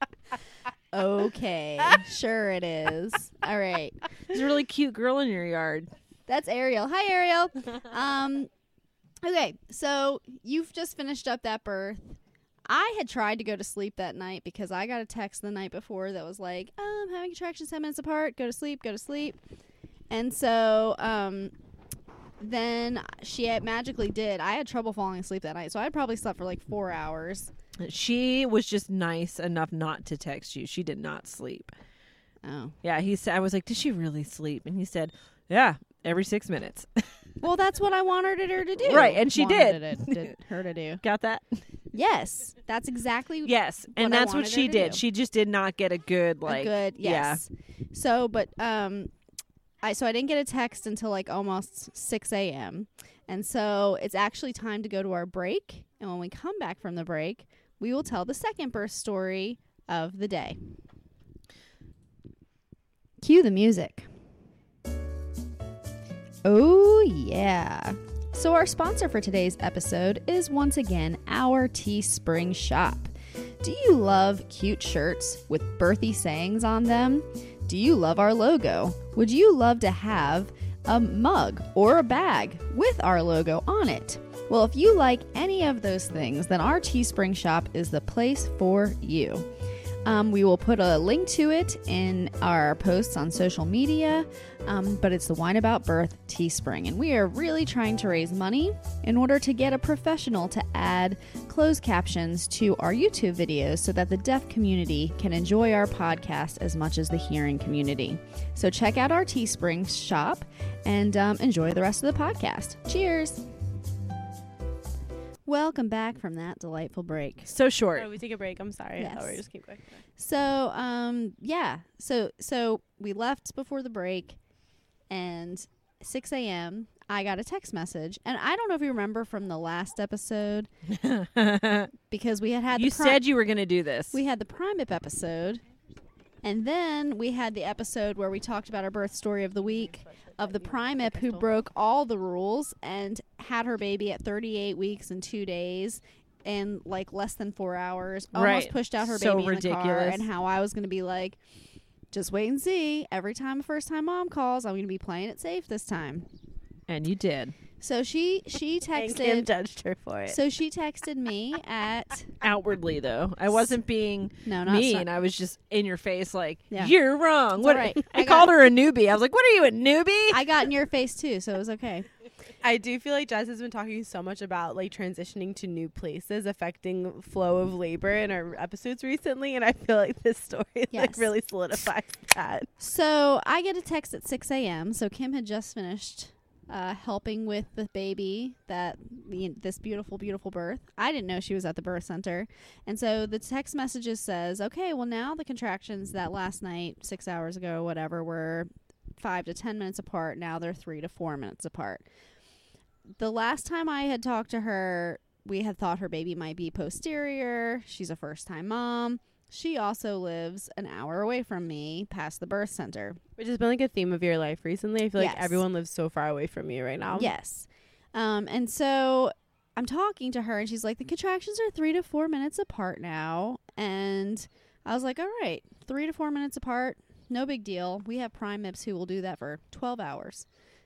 Speaker 1: okay, sure it is. All right,
Speaker 3: There's a really cute girl in your yard.
Speaker 1: that's Ariel. Hi, [laughs] Ariel. Um, okay, so you've just finished up that birth. I had tried to go to sleep that night because I got a text the night before that was like, um, having contractions 10 minutes apart, go to sleep, go to sleep. And so, um, then she had magically did. I had trouble falling asleep that night, so I probably slept for like four hours.
Speaker 3: She was just nice enough not to text you. She did not sleep.
Speaker 1: Oh.
Speaker 3: Yeah, he said. I was like, "Did she really sleep?" And he said, "Yeah, every six minutes." [laughs]
Speaker 1: Well, that's what I wanted her to do.
Speaker 3: Right, and she
Speaker 1: Wanted
Speaker 3: did.
Speaker 1: It, did her to do. [laughs]
Speaker 3: Got that?
Speaker 1: Yes, that's exactly
Speaker 3: Yes, and
Speaker 1: What I
Speaker 3: that's what
Speaker 1: wanted her
Speaker 3: she
Speaker 1: to
Speaker 3: did.
Speaker 1: do.
Speaker 3: She just did not get a good
Speaker 1: a
Speaker 3: like.
Speaker 1: good.
Speaker 3: yeah.
Speaker 1: Yes. So, but um, I so I didn't get a text until like almost six a.m. And so it's actually time to go to our break. And when we come back from the break, we will tell the second birth story of the day. Cue the music. Oh, yeah. So, our sponsor for today's episode is once again our Teespring shop. Do you love cute shirts with birthy sayings on them? Do you love our logo? Would you love to have a mug or a bag with our logo on it? Well, if you like any of those things, then our Teespring shop is the place for you. Um, we will put a link to it in our posts on social media, um, but it's the Wine About Birth Teespring. And we are really trying to raise money in order to get a professional to add closed captions to our YouTube videos so that the deaf community can enjoy our podcast as much as the hearing community. So check out our Teespring shop and um, enjoy the rest of the podcast. Cheers! Welcome back from that delightful break.
Speaker 3: So short. [laughs]
Speaker 4: Oh, we take a break. I'm sorry. I thought we
Speaker 1: Yes.
Speaker 4: just keep going.
Speaker 1: So, um, yeah. So, so we left before the break, and 6 a.m. I got a text message, and I don't know if you remember from the last episode because we had had
Speaker 3: you
Speaker 1: the pri-
Speaker 3: said you were going to do this.
Speaker 1: we had the Primip episode, and then we had the episode where we talked about our birth story of the week of the Primip who broke all the rules and had her baby at 38 weeks and two days. In like less than four hours, almost
Speaker 3: Right.
Speaker 1: pushed out her
Speaker 3: So
Speaker 1: baby in the car,
Speaker 3: ridiculous.
Speaker 1: and how I was going to be like, just wait and see. Every time a first time mom calls, I'm going to be playing it safe this time.
Speaker 3: and you did.
Speaker 1: So she
Speaker 3: [laughs]
Speaker 1: she
Speaker 4: And Kim
Speaker 1: texted.
Speaker 4: judged her for it.
Speaker 1: So she texted me at
Speaker 3: Outwardly, though, I wasn't being
Speaker 1: no not
Speaker 3: mean. I was just in your face, like
Speaker 1: uh Yeah.
Speaker 3: you're wrong.
Speaker 1: It's
Speaker 3: What?
Speaker 1: all right.
Speaker 3: [laughs] I,
Speaker 1: I got-
Speaker 3: called her a newbie. I was like, "What are you, a newbie?"
Speaker 1: I got in your face too, so it was okay.
Speaker 4: I do feel like Jess has been talking so much about like transitioning to new places affecting flow of labor in our episodes recently, and I feel like this story
Speaker 1: Yes.
Speaker 4: like really solidifies that.
Speaker 1: So I get a text at 6 a.m. So Kim had just finished uh, helping with the baby that the, this beautiful, beautiful birth. I didn't know she was at the birth center, and so the text messages says, "Okay, well now the contractions that last night, six hours ago, whatever, were five to ten minutes apart. Now they're three to four minutes apart." The last time I had talked to her, we had thought her baby might be posterior. She's a first-time mom. She also lives an hour away from me, past the birth center.
Speaker 4: Which has been like a theme of your life recently. I feel like
Speaker 1: Yes.
Speaker 4: everyone lives so far away from you right now.
Speaker 1: yes. Um, and so I'm talking to her, and she's like, the contractions are three to four minutes apart now. And I was like, all right, three to four minutes apart, no big deal. We have primips who will do that for 12 hours.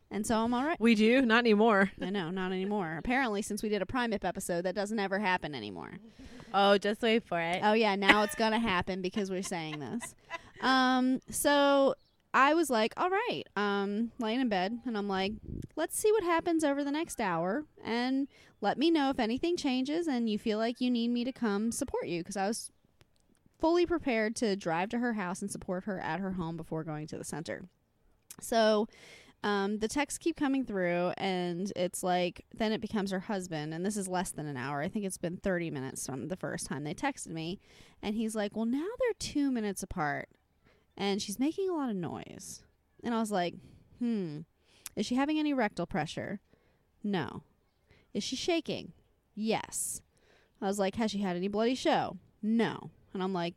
Speaker 1: And so I'm all right.
Speaker 3: we do not anymore.
Speaker 1: I know, not anymore. Apparently, since we did a primip episode, that doesn't ever happen anymore.
Speaker 4: Oh, just wait for it.
Speaker 1: Oh yeah, now it's gonna happen because we're saying this. Um, so I was like, all right, um, laying in bed, and I'm like, let's see what happens over the next hour, and let me know if anything changes, and you feel like you need me to come support you because I was fully prepared to drive to her house and support her at her home before going to the center. So. Um, the texts keep coming through, and it's like then it becomes her husband, and this is less than an hour. I think it's been thirty minutes from the first time they texted me, and he's like, Well, now they're two minutes apart. And she's making a lot of noise. And I was like, Hmm. Is she having any rectal pressure? No. Is she shaking? Yes. I was like, Has she had any bloody show? No. And I'm like,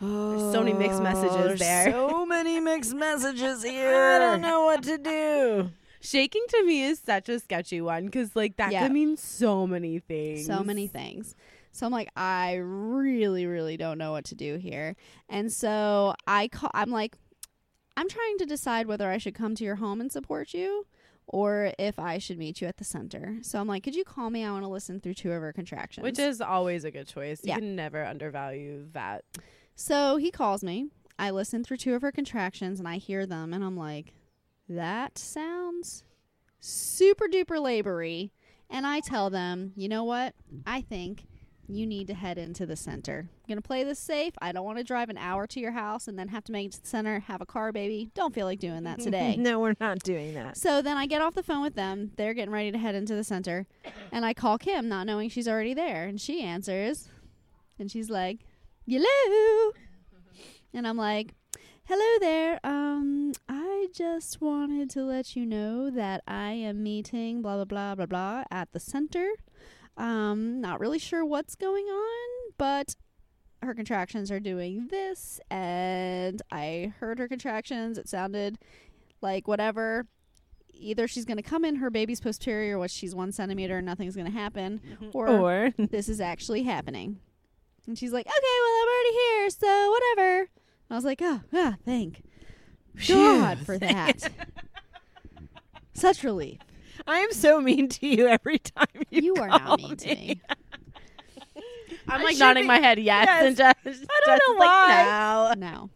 Speaker 4: There's so many mixed messages
Speaker 3: Oh, there's [laughs]
Speaker 4: there.
Speaker 3: So many mixed messages here.
Speaker 4: I don't
Speaker 3: know what to do.
Speaker 4: Shaking to me is such a sketchy one because like that
Speaker 1: Yeah.
Speaker 4: could mean so many things.
Speaker 1: So many things. So I'm like, I really, really don't know what to do here. And so I call. I'm like, I'm trying to decide whether I should come to your home and support you, or if I should meet you at the center. So I'm like, could you call me? I want to listen through two of her contractions.
Speaker 4: Which is always a good choice.
Speaker 1: Yeah.
Speaker 4: You can never undervalue that.
Speaker 1: So he calls me. I listen through two of her contractions and I hear them and I'm like, that sounds super duper labory. And I tell them, you know what? I think you need to head into the center. I'm going to play this safe. I don't want to drive an hour to your house and then have to make it to the center, have a car, baby. Don't feel like doing that today.
Speaker 3: [laughs] No, we're not doing that.
Speaker 1: So then I get off the phone with them. They're getting ready to head into the center. And I call Kim, not knowing she's already there. And she answers. And she's like, Hello. And I'm like, Hello there. Um, I just wanted to let you know that I am meeting blah, blah, blah, blah, blah at the center. Um, not really sure what's going on, but her contractions are doing this. And I heard her contractions. It sounded like whatever either she's going to come in her baby's posterior, which she's one centimeter and nothing's going to happen, or
Speaker 3: Or
Speaker 1: this is actually happening. And she's like, okay, well, I'm already here, so whatever. And I was like, oh, ah, thank God for that.
Speaker 3: [laughs]
Speaker 1: Such relief.
Speaker 3: I am so mean to you every time you.
Speaker 1: You are
Speaker 3: call
Speaker 1: not mean to
Speaker 3: me.
Speaker 1: me.
Speaker 3: [laughs]
Speaker 4: I'm
Speaker 3: I
Speaker 4: like
Speaker 3: should
Speaker 4: nodding
Speaker 3: be-
Speaker 4: my head yes,
Speaker 3: Yes.
Speaker 4: and just I don't
Speaker 3: know why.
Speaker 1: [laughs]
Speaker 4: Like,
Speaker 1: No.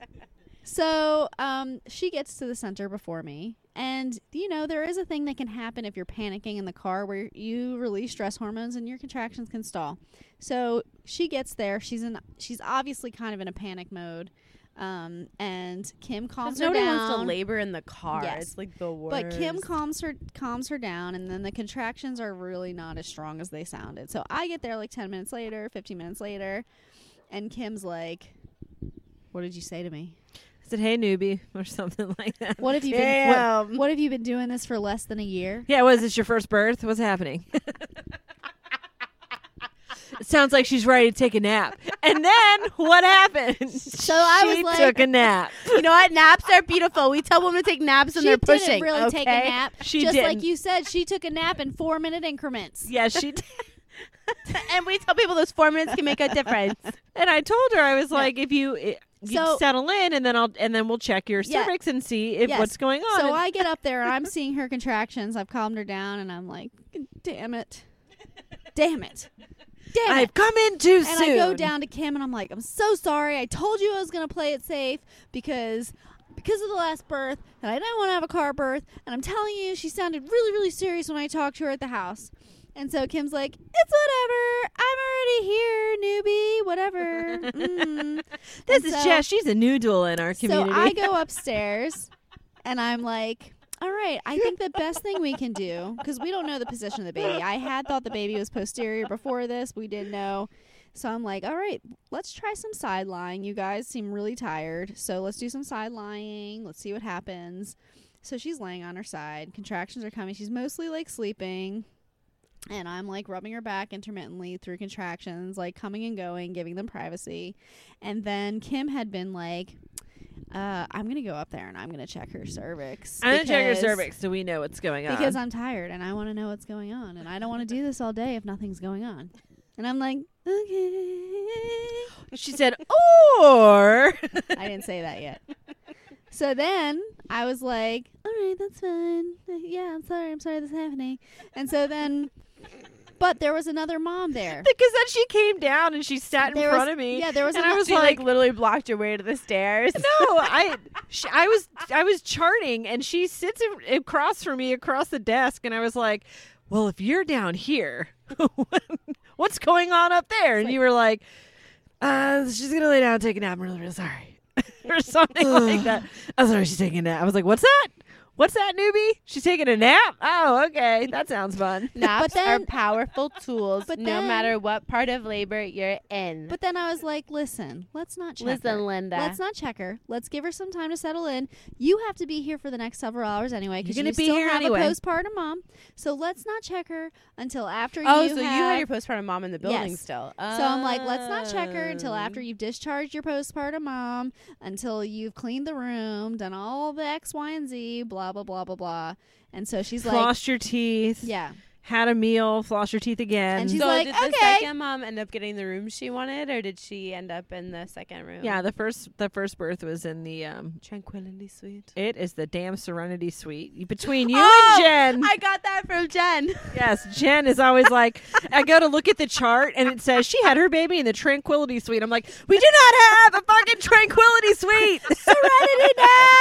Speaker 1: So um, she gets to the center before me. And, you know, there is a thing that can happen if you're panicking in the car where you release stress hormones and your contractions can stall. So she gets there. She's in, she's obviously kind of in a panic mode. Um, and Kim
Speaker 4: no.
Speaker 1: calms her
Speaker 4: Nobody
Speaker 1: down.
Speaker 4: wants to labor in the car.
Speaker 1: Yes.
Speaker 4: It's like the worst.
Speaker 1: But Kim calms her calms her down, and then the contractions are really not as strong as they sounded. So I get there like ten minutes later, fifteen minutes later, and Kim's like, "What did you say to me?
Speaker 3: I said, "Hey, newbie," [laughs] or something like that.
Speaker 1: What have you been? What,
Speaker 3: Damn.
Speaker 1: what have you been doing this for less than a year?"
Speaker 3: Yeah, was this your first birth? What's happening? [laughs] it sounds like she's ready to take a nap. And then what happened? So
Speaker 1: I
Speaker 3: she
Speaker 1: was like-
Speaker 3: took a nap.
Speaker 4: you
Speaker 3: [laughs]
Speaker 4: know what? Naps are beautiful. We tell women to take naps when
Speaker 1: she
Speaker 4: they're
Speaker 1: didn't
Speaker 4: pushing.
Speaker 1: really
Speaker 4: okay?
Speaker 1: take a nap.
Speaker 3: She
Speaker 1: just like
Speaker 3: didn't.
Speaker 1: you said, she took a nap in four minute increments.
Speaker 3: Yeah, she did.
Speaker 4: [laughs] and we tell people those four minutes can make a difference.
Speaker 3: [laughs] And I told her I was like, if you. i you
Speaker 1: So-
Speaker 3: settle in, and then I'll and then we'll check your
Speaker 1: Yeah.
Speaker 3: cervix and see if
Speaker 1: Yes.
Speaker 3: what's going on.
Speaker 1: So
Speaker 3: And-
Speaker 1: I get up there and
Speaker 3: [laughs]
Speaker 1: I'm seeing her contractions. I've calmed her down, and I'm like, "Damn it, damn it, damn it!"
Speaker 3: I've come in too
Speaker 1: and
Speaker 3: soon.
Speaker 1: I go down to Kim and I'm like, I'm so sorry. I told you I was gonna play it safe because because of the last birth, and I didn't want to have a car birth. And I'm telling you, she sounded really, really serious when I talked to her at the house. And so Kim's like, it's whatever. I'm
Speaker 3: [laughs]
Speaker 1: already here, newbie. Whatever. Mm.
Speaker 3: This
Speaker 1: And
Speaker 3: is
Speaker 1: so-
Speaker 3: Jess. She's a noodle in our community. [laughs]
Speaker 1: so I go upstairs and I'm like, all right, I think the best thing we can do, because we don't know the position of the baby. I had thought the baby was posterior before this. We didn't know. So I'm like, all right, let's try some side lying. You guys seem really tired. So let's do some side lying. Let's see what happens. So she's laying on her side. Contractions are coming. She's mostly like sleeping. And I'm like rubbing her back intermittently through contractions, like coming and going, giving them privacy. And then Kim had been like, uh, I'm going to go up there and I'm going to check her cervix.
Speaker 3: I'm gonna check your
Speaker 1: because-
Speaker 3: cervix so we know what's going on.
Speaker 1: Because I'm tired and I want to know what's going on. And I don't want to do this all day if nothing's going on. And I'm like, okay.
Speaker 3: she said, or [laughs]
Speaker 1: I didn't say that yet. So then I was like, all right, that's fine. Yeah, I'm sorry. I'm sorry this is happening. And so then, but there was another mom there.
Speaker 3: because then she came down and she sat in
Speaker 1: There
Speaker 3: front
Speaker 1: was-
Speaker 3: of me.
Speaker 1: yeah, there was
Speaker 3: and
Speaker 1: a-
Speaker 3: I was
Speaker 4: She
Speaker 3: like,
Speaker 4: like literally blocked your way to the stairs.
Speaker 3: no, I, she, I was, I was charting, and she sits in, across from me across the desk, and I was like, well, if you're down here, [laughs] what's going on up there? And you were like, uh, she's gonna lay down, and take a nap. I'm really, really sorry, [laughs] or something like that. I'm sorry, she's taking a nap. I was like, what's that? What's that, newbie? She's taking a nap. Oh, okay, that sounds fun.
Speaker 4: [laughs] Naps
Speaker 1: then- [laughs]
Speaker 4: are powerful tools,
Speaker 1: But
Speaker 4: no
Speaker 1: then-
Speaker 4: matter what part of labor you're in.
Speaker 1: But then I was like, listen, let's not check her.
Speaker 4: Listen, Linda.
Speaker 1: Let's not check her. Let's give her some time to settle in. You have to be here for the next several hours anyway because
Speaker 3: You're
Speaker 1: you
Speaker 3: gonna be
Speaker 1: still
Speaker 3: here
Speaker 1: have
Speaker 3: anyway.
Speaker 1: a postpartum mom. So let's not check her until after
Speaker 4: oh,
Speaker 1: you
Speaker 4: so you
Speaker 1: have
Speaker 4: had your postpartum mom in the building
Speaker 1: Yes.
Speaker 4: still. Oh.
Speaker 1: So I'm like, let's not check her until after you've discharged your postpartum mom, until you've cleaned the room, done all the X, Y, and Z, blah, blah, blah, blah, blah. And so she's like,
Speaker 3: Floss your teeth.
Speaker 1: yeah.
Speaker 3: had a meal, floss your teeth again.
Speaker 1: And she's
Speaker 4: so
Speaker 1: like,
Speaker 4: did the
Speaker 1: "Okay."
Speaker 4: second mom end up getting the room she wanted, or did she end up in the second room?
Speaker 3: yeah, the first the first birth was in the um
Speaker 4: Tranquility Suite.
Speaker 3: it is the damn Serenity Suite between you
Speaker 4: Oh,
Speaker 3: and Jen.
Speaker 4: I got that from Jen.
Speaker 3: yes, Jen is always like, [laughs] I go to look at the chart and it says she had her baby in the Tranquility Suite. I'm like, we do not have a fucking Tranquility
Speaker 4: [laughs]
Speaker 3: Suite. [laughs] Serenity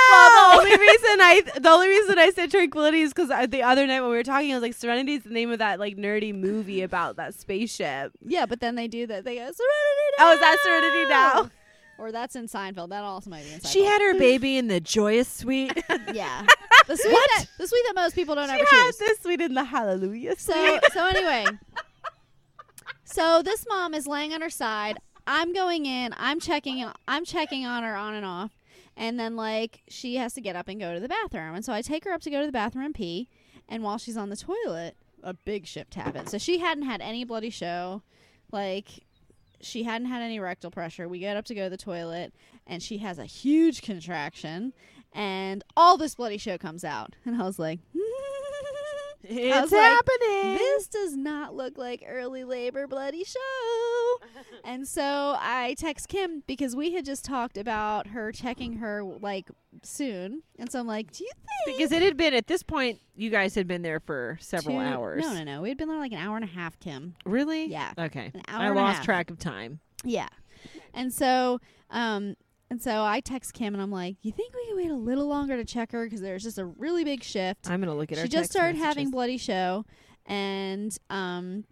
Speaker 4: Well, the only reason I the only reason I said tranquility is because the other night when we were talking, I was like, "Serenity" is the name of that like nerdy movie about that [laughs] spaceship.
Speaker 1: Yeah, but then they do that. They go serenity.
Speaker 4: Oh, is that Serenity now?
Speaker 1: Or that's in Seinfeld. That also might be in Seinfeld.
Speaker 3: She had her baby in the Joyous
Speaker 4: [laughs]
Speaker 3: Suite. [laughs]
Speaker 1: yeah. The suite That, the suite that most people don't ever
Speaker 4: She had
Speaker 1: choose.
Speaker 4: this sweet in the Hallelujah.
Speaker 1: So so anyway. So this mom is laying on her side. I'm going in. I'm checking I'm checking on her on and off. And then like she has to get up and go to the bathroom. And so I take her up to go to the bathroom and pee. And while she's on the toilet, a big shift happened. So she hadn't had any bloody show. Like she hadn't had any rectal pressure. We get up to go to the toilet and she has a huge contraction and all this bloody show comes out. And I was like, [laughs] I was
Speaker 3: it's
Speaker 1: like,
Speaker 3: happening.
Speaker 1: this does not look like early labor bloody show. and so I text Kim because we had just talked about her checking her like soon. And so I'm like, do you think
Speaker 3: because it had been at this point you guys had been there for several
Speaker 1: two-
Speaker 3: hours.
Speaker 1: No, no, no. We'd been there like an hour and a half, Kim.
Speaker 3: Really?
Speaker 1: Yeah.
Speaker 3: Okay.
Speaker 1: An hour
Speaker 3: I
Speaker 1: and a
Speaker 3: lost
Speaker 1: half.
Speaker 3: track of time.
Speaker 1: Yeah. And so, um, and so I text Kim and I'm like, you think we could wait a little longer to check her because there's just a really big shift.
Speaker 3: I'm gonna look at her.
Speaker 1: she just
Speaker 3: text
Speaker 1: started
Speaker 3: messages.
Speaker 1: having bloody show and um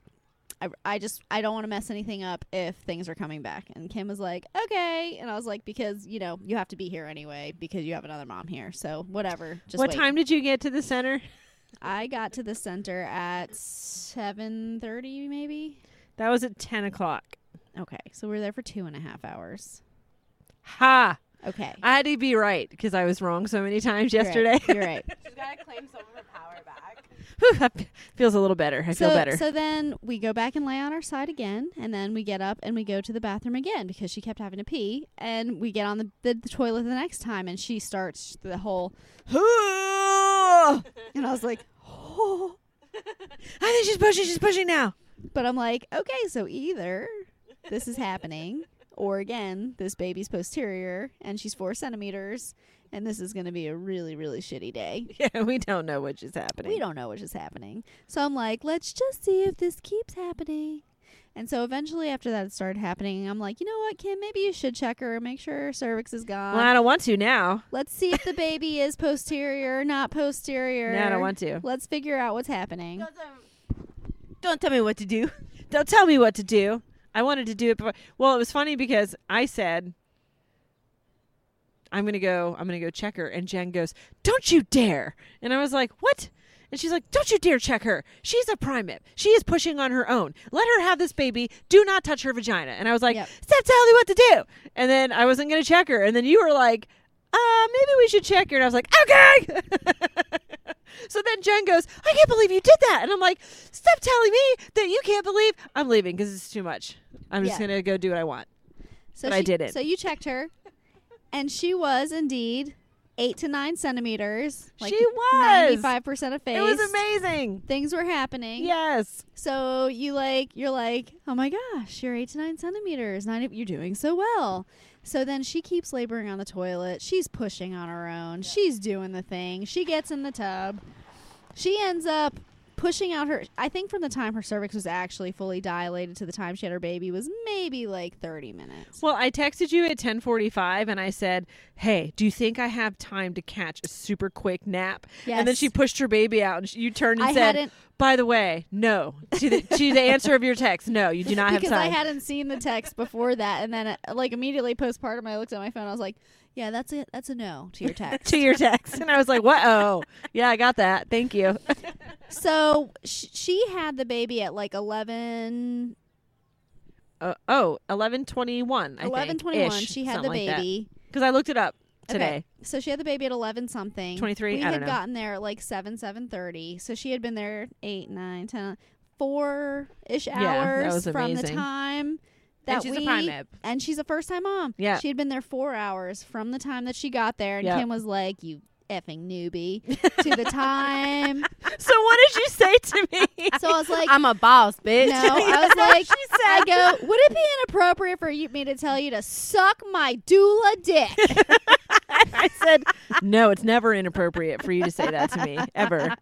Speaker 1: I, I just i don't want to mess anything up if things are coming back and kim was like okay and i was like because you know you have to be here anyway because you have another mom here so whatever just
Speaker 3: What
Speaker 1: wait.
Speaker 3: time did you get to the center?
Speaker 1: i got to the center at 7.30 maybe
Speaker 3: That was at ten o'clock.
Speaker 1: okay so we are there for two and a half hours
Speaker 3: Ha!
Speaker 1: okay
Speaker 3: I had to be right because I was wrong so many times yesterday. [laughs]
Speaker 1: you're right, you're right.
Speaker 4: [laughs] She's gotta claim some of her power back.
Speaker 3: Whew, that fe- feels a little better. I
Speaker 1: so,
Speaker 3: feel better.
Speaker 1: So then we go back and lay on our side again, and then we get up and we go to the bathroom again because she kept having to pee. And we get on the, the, the toilet the next time, and she starts the whole. and I was like, oh.
Speaker 3: I think she's pushing. She's pushing now. [laughs]
Speaker 1: But I'm like, okay, so either this is happening, or again, this baby's posterior, and she's four centimeters, and this is going to be a really, really shitty day.
Speaker 3: Yeah, we don't know what is happening.
Speaker 1: We don't know what is happening. So I'm like, let's just see if this keeps happening. And so eventually, after that, it started happening. I'm like, you know what, Kim? Maybe you should check her, make sure her cervix is gone.
Speaker 3: Well, I don't want to now.
Speaker 1: Let's see if the baby is posterior, not posterior.
Speaker 3: No, I don't want to.
Speaker 1: Let's figure out what's happening.
Speaker 4: Don't tell me what to do.
Speaker 3: Don't tell me what to do. I wanted to do it before. Well, it was funny because I said, "I'm gonna go. I'm gonna go check her." And Jen goes, "Don't you dare!" And I was like, "What?" And she's like, "Don't you dare check her. She's a primate. She is pushing on her own. Let her have this baby. Do not touch her vagina." And I was like,
Speaker 1: Yep.
Speaker 3: "Stop telling me what to do." And then I wasn't gonna check her. And then you were like, "Uh, maybe we should check her." And I was like, "Okay." [laughs] So then Jen goes, I can't believe you did that. And I'm like, stop telling me that you can't believe. I'm leaving because it's too much. I'm just
Speaker 1: Yeah.
Speaker 3: going to go do what I want.
Speaker 1: So
Speaker 3: but I
Speaker 1: she,
Speaker 3: didn't.
Speaker 1: So you checked her, and she was indeed eight to nine centimeters. Like
Speaker 3: She was.
Speaker 1: ninety-five percent of face.
Speaker 3: It was amazing.
Speaker 1: Things were happening.
Speaker 3: Yes.
Speaker 1: So you like you're like, oh my gosh, you're eight to nine centimeters. Nine, you're doing so well. So then she keeps laboring on the toilet. She's pushing on her own. She's doing the thing. She gets in the tub. She ends up pushing out her. I think from the time her cervix was actually fully dilated to the time she had her baby was maybe like 30 minutes.
Speaker 3: Well, I texted you at 1045 and I said, hey, do you think I have time to catch a super quick nap? And then
Speaker 1: Yes.
Speaker 3: she pushed her baby out and she, you turned and
Speaker 1: I
Speaker 3: said,
Speaker 1: hadn't-
Speaker 3: by the way, no. To the, to the answer of your text, no, you do not have
Speaker 1: because
Speaker 3: time.
Speaker 1: I hadn't seen the
Speaker 3: [laughs]
Speaker 1: text before that, and then uh, like immediately postpartum, I looked at my phone. I was like, "Yeah, that's a that's a no to your text."
Speaker 3: to your text. And I was like, what? Oh, yeah, I got that. Thank you.
Speaker 1: So sh- she had the baby at like 11,
Speaker 3: uh, oh, 1121, I
Speaker 1: 11
Speaker 3: think.
Speaker 1: 21.
Speaker 3: ish,
Speaker 1: She had the
Speaker 3: something like that.
Speaker 1: baby.
Speaker 3: Because I looked it up today.
Speaker 1: Okay. So she had the baby at 11 something.
Speaker 3: 23?
Speaker 1: We
Speaker 3: I don't
Speaker 1: had
Speaker 3: know.
Speaker 1: gotten there at like 7, 7.30. So she had been there 8, 9, 10, 4-ish
Speaker 3: Yeah, that
Speaker 1: hours
Speaker 3: was
Speaker 1: from the
Speaker 3: amazing.
Speaker 1: time that
Speaker 4: she's a
Speaker 1: we... [laughs]
Speaker 4: primate.
Speaker 1: And she's a first-time mom.
Speaker 3: Yeah.
Speaker 1: She had been there four hours from the time that she got there. And
Speaker 3: Yeah.
Speaker 1: Kim was like, you effing newbie. to the time
Speaker 3: [laughs] So what did you say to me?
Speaker 1: So I was like,
Speaker 2: I'm a boss,
Speaker 3: [laughs]
Speaker 2: bitch.
Speaker 4: [laughs]
Speaker 1: no, I was like, I go, would it be inappropriate for you, me to tell you to suck my doula
Speaker 3: [laughs]
Speaker 1: dick?
Speaker 3: I said, no, it's never inappropriate for you to say that to me ever.